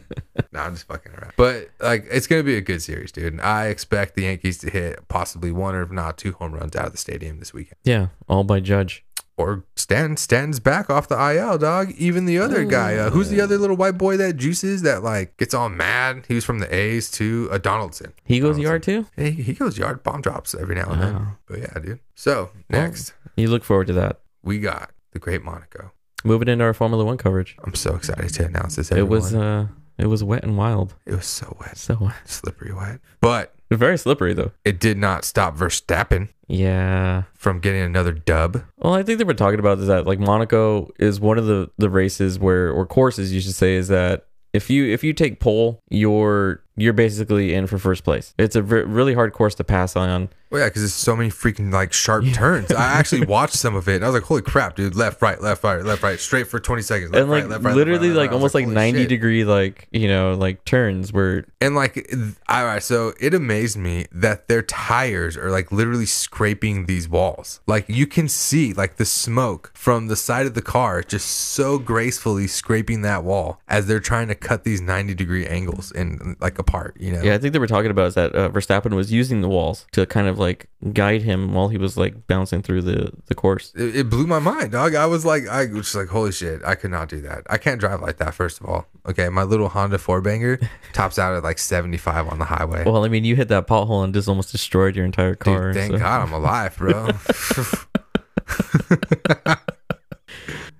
Speaker 3: nah, I'm just fucking around. But like, it's gonna be a good series, dude. And I expect the Yankees to hit possibly one or if not two home runs out of the stadium this weekend.
Speaker 2: yeah, all by Judge.
Speaker 3: Or Stan Stan's back off the IL, dog. Even the other guy, uh, who's the other little white boy that juices that like gets all mad? He was from the A's too. Uh, Donaldson.
Speaker 2: He goes yard too.
Speaker 3: Hey, he goes yard bomb drops every now and then.
Speaker 2: Wow.
Speaker 3: But yeah, dude. So next
Speaker 2: You look forward to that.
Speaker 3: we got the Great Monaco.
Speaker 2: Moving into our Formula One coverage.
Speaker 3: I'm so excited to announce this.
Speaker 2: It was
Speaker 3: everyone.
Speaker 2: uh, it was wet and wild.
Speaker 3: it was so wet.
Speaker 2: So
Speaker 3: slippery wet. But
Speaker 2: very slippery though.
Speaker 3: it did not stop Verstappen
Speaker 2: Yeah.
Speaker 3: from getting another dub.
Speaker 2: Well, I think they were talking about is that like Monaco is one of the the races where or courses you should say is that if you if you take pole, you're you're basically in for first place. It's a re- really hard course to pass on.
Speaker 3: Well, yeah, because there's so many freaking like sharp turns. I actually watched some of it, and I was like, "Holy crap, dude! Left, right, left, right, left, right, straight for 20 seconds." Left,
Speaker 2: and like
Speaker 3: right, left, right, left,
Speaker 2: literally
Speaker 3: right, left,
Speaker 2: like
Speaker 3: right." I was
Speaker 2: almost like
Speaker 3: "Holy
Speaker 2: 90
Speaker 3: shit."
Speaker 2: degree like, you know, like turns where
Speaker 3: And like, th- all right, so it amazed me that their tires are like literally scraping these walls. Like you can see like the smoke from the side of the car just so gracefully scraping that wall as they're trying to cut these 90 degree angles and like apart. You know?
Speaker 2: Yeah, I think they were talking about is that uh, Verstappen was using the walls to kind of like guide him while he was like bouncing through the the course.
Speaker 3: it, it blew my mind, dog. I was like, I was just like, holy shit, I could not do that. I can't drive like that. First of all, okay, my little Honda four banger tops out at like seventy five on the highway.
Speaker 2: Well, I mean, you hit that pothole and just almost destroyed your entire
Speaker 3: Dude,
Speaker 2: car.
Speaker 3: thank
Speaker 2: so-
Speaker 3: God I'm alive, bro.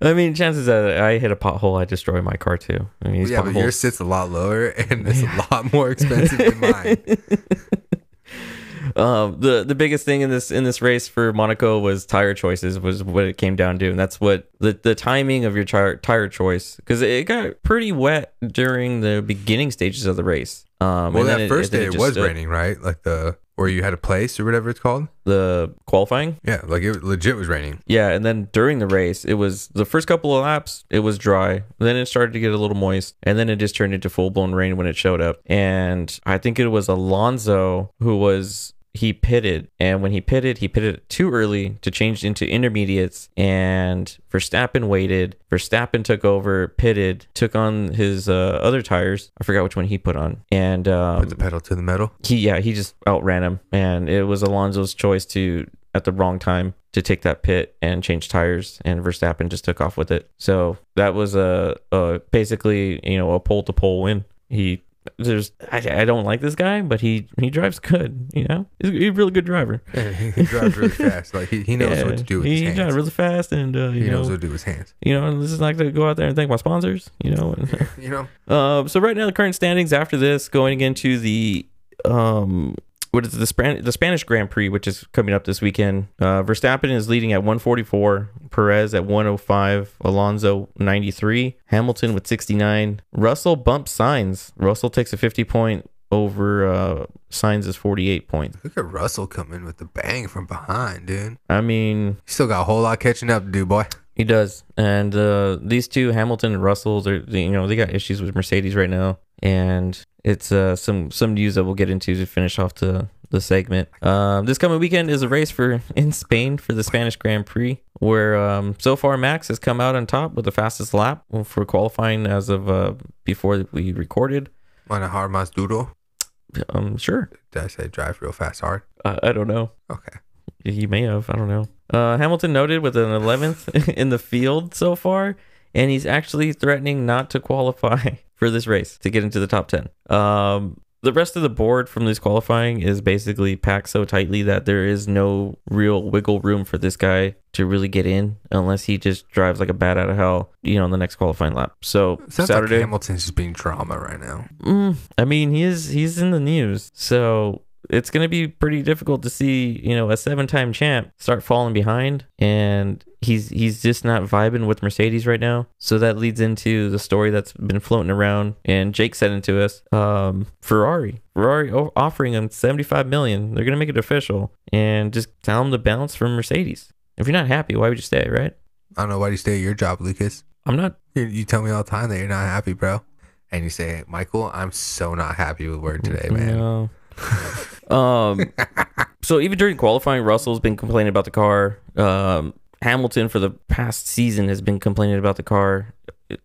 Speaker 2: I mean, chances that I hit a pothole, I destroy my car too. I mean, these
Speaker 3: yeah, but yours
Speaker 2: potholes.
Speaker 3: sits a lot lower and it's a lot more expensive than mine.
Speaker 2: Um, the the biggest thing in this in this race for Monaco was tire choices was what it came down to, and that's what the the timing of your tire tire choice because it got pretty wet during the beginning stages of the race. Um,
Speaker 3: Well,
Speaker 2: and then
Speaker 3: that first
Speaker 2: then
Speaker 3: day it
Speaker 2: just,
Speaker 3: was
Speaker 2: uh,
Speaker 3: raining, right? Like the where you had a place or whatever it's called.
Speaker 2: The qualifying.
Speaker 3: Yeah, like it legit was raining.
Speaker 2: Yeah, and then during the race, it was the first couple of laps, it was dry. Then it started to get a little moist, and then it just turned into full blown rain when it showed up. And I think it was Alonso who was he pitted, and when he pitted, he pitted too early to change into intermediates. And Verstappen waited. Verstappen took over, pitted, took on his uh, other tires. I forgot which one he put on, and um,
Speaker 3: Put the pedal to the metal.
Speaker 2: he yeah he just outran him and it was alonso's choice to at the wrong time to take that pit and change tires and verstappen just took off with it so that was a, a basically you know a pole to pole win he there's I, I don't like this guy but he he drives good you know he's a, he's a really good driver
Speaker 3: he drives really fast. Like he, he knows
Speaker 2: Yeah,
Speaker 3: what to do with
Speaker 2: he,
Speaker 3: his
Speaker 2: drives
Speaker 3: hands.
Speaker 2: really fast and uh, you
Speaker 3: he
Speaker 2: know
Speaker 3: knows what to do with his hands.
Speaker 2: you know and this is not gonna go out there and thank my sponsors you know and
Speaker 3: You know,
Speaker 2: Um, so right now the current standings after this going into the um what is it, the Span- the Spanish Grand Prix which is coming up this weekend. Uh, Verstappen is leading at 144, Perez at 105, Alonso 93, Hamilton with 69. Russell bumps signs. Russell takes a 50 point over uh signs is 48 points.
Speaker 3: look at Russell come in with the bang from behind, dude.
Speaker 2: I mean,
Speaker 3: He still got a whole lot catching up to do, boy.
Speaker 2: He does, and uh, these two, Hamilton and Russell, they're they- you know they got issues with Mercedes right now, and it's uh, some some news that we'll get into to finish off the the segment. Um, this coming weekend is a race for in Spain for the Spanish Grand Prix, where um, so far Max has come out on top with the fastest lap for qualifying as of uh, before we recorded.
Speaker 3: Want a hard mas duro?
Speaker 2: Um, sure,
Speaker 3: Did I say drive real fast hard?
Speaker 2: I, I don't know.
Speaker 3: Okay.
Speaker 2: He may have. I don't know. Uh, Hamilton noted with an 11th in the field so far, and he's actually threatening not to qualify for this race to get into the top 10. Um, the rest of the board from this qualifying is basically packed so tightly that there is no real wiggle room for this guy to really get in unless he just drives like a bat out of hell, you know, on the next qualifying lap. So
Speaker 3: Sounds
Speaker 2: Saturday,
Speaker 3: like Hamilton's just being drama right now.
Speaker 2: Mm, I mean, he is he's in the news, so it's going to be pretty difficult to see you know a seven-time champ start falling behind, and he's he's just not vibing with Mercedes right now. So that leads into the story that's been floating around, and Jake said into us, um, Ferrari, Ferrari o- offering him seventy-five million. They're going to make it official, and just tell him to bounce from Mercedes. If you're not happy, why would you stay? Right?
Speaker 3: I don't know why do you stay at your job, Lucas.
Speaker 2: I'm not.
Speaker 3: You, you tell me all the time that you're not happy, bro. And you say, Michael, I'm so not happy with work today, man.
Speaker 2: No. um, so even during qualifying, Russell's been complaining about the car. Um, Hamilton for the past season has been complaining about the car.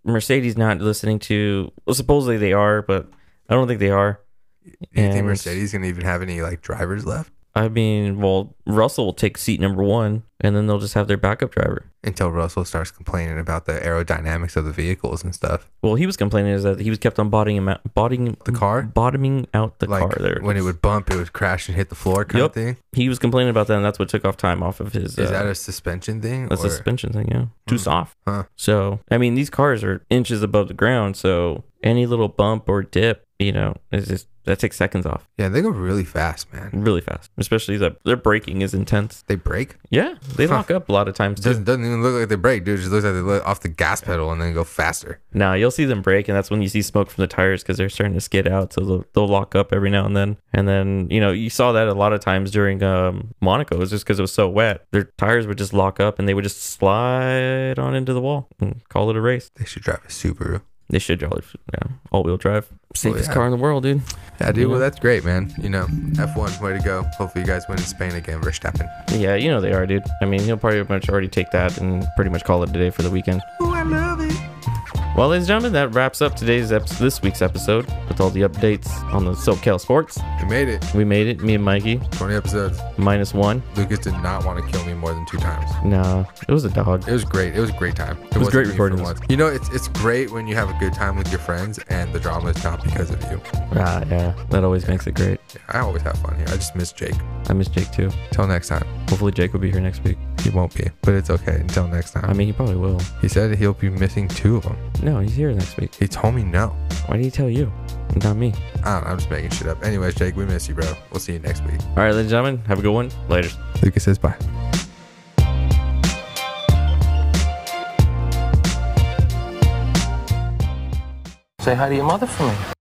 Speaker 2: Mercedes not listening to. Well, supposedly they are, but I don't think they are.
Speaker 3: Do you think
Speaker 2: And-
Speaker 3: Mercedes gonna even have any like drivers left
Speaker 2: I mean, well, Russell will take seat number one, and then they'll just have their backup driver.
Speaker 3: until Russell starts complaining about the aerodynamics of the vehicles and stuff?
Speaker 2: Well, he was complaining is that he was kept on bottoming him out, bottoming
Speaker 3: The car,
Speaker 2: bottoming out the
Speaker 3: like
Speaker 2: car. There,
Speaker 3: when it
Speaker 2: is.
Speaker 3: would bump, it would crash and hit the floor kind
Speaker 2: Yep.
Speaker 3: of thing.
Speaker 2: he was complaining about that, and that's what took off time off of his.
Speaker 3: Is
Speaker 2: uh,
Speaker 3: that a suspension thing?
Speaker 2: A suspension thing, yeah. Too soft.
Speaker 3: Huh.
Speaker 2: So, I mean, these cars are inches above the ground. So, any little bump or dip, you know, is just that takes seconds off
Speaker 3: yeah, they go really fast, man.
Speaker 2: really fast. Especially that their braking is intense.
Speaker 3: They brake.
Speaker 2: Yeah, they lock up a lot of times too.
Speaker 3: Doesn't doesn't even look like they brake, dude. It just looks like they let off the gas pedal and then go faster.
Speaker 2: Now you'll see them break, and that's when you see smoke from the tires because they're starting to skid out. So they'll, they'll lock up every now and then. And then you know you saw that a lot of times during um, Monaco. It was just because it was so wet, their tires would just lock up and they would just slide on into the wall and call it a race.
Speaker 3: They should drive a Subaru.
Speaker 2: They should all yeah, all wheel drive. Oh, Safest
Speaker 3: yeah.
Speaker 2: car in the world, dude.
Speaker 3: Yeah, dude. Well, that's great, man. You know, F1, way to go. Hopefully, you guys win in Spain again, Verstappen.
Speaker 2: Yeah, you know they are, dude. I mean, he'll probably much already take that and pretty much call it a day for the weekend.
Speaker 3: Oh, I love it.
Speaker 2: Well, ladies and gentlemen, that wraps up today's ep- this week's episode with all the updates on the SoCal sports.
Speaker 3: We made it.
Speaker 2: We made it, me and Mikey,
Speaker 3: 20 episodes.
Speaker 2: minus one.
Speaker 3: Lucas did not want to kill me more than two times.
Speaker 2: Nah, it was a dog.
Speaker 3: It was great. It was a great time. It,
Speaker 2: was
Speaker 3: wasn't
Speaker 2: great
Speaker 3: me for
Speaker 2: recording this.
Speaker 3: once. You know, it's it's great when you have a good time with your friends and the drama is not because of you.
Speaker 2: Ah, yeah, that always makes it great.
Speaker 3: Yeah, I always have fun here. I just miss Jake.
Speaker 2: I miss Jake too.
Speaker 3: Till next time.
Speaker 2: Hopefully, Jake will be here next week.
Speaker 3: He won't be, but it's okay. Until next time.
Speaker 2: I mean, he probably will.
Speaker 3: he said he'll be missing two of them.
Speaker 2: No, he's here next week.
Speaker 3: He told me no.
Speaker 2: Why did he tell you, not me?
Speaker 3: I don't know. I'm just making shit up. Anyways, Jake, we miss you, bro. We'll see you next week.
Speaker 2: All right, ladies and gentlemen, have a good one. Later.
Speaker 3: Lucas says bye.
Speaker 4: Say hi to your mother for me.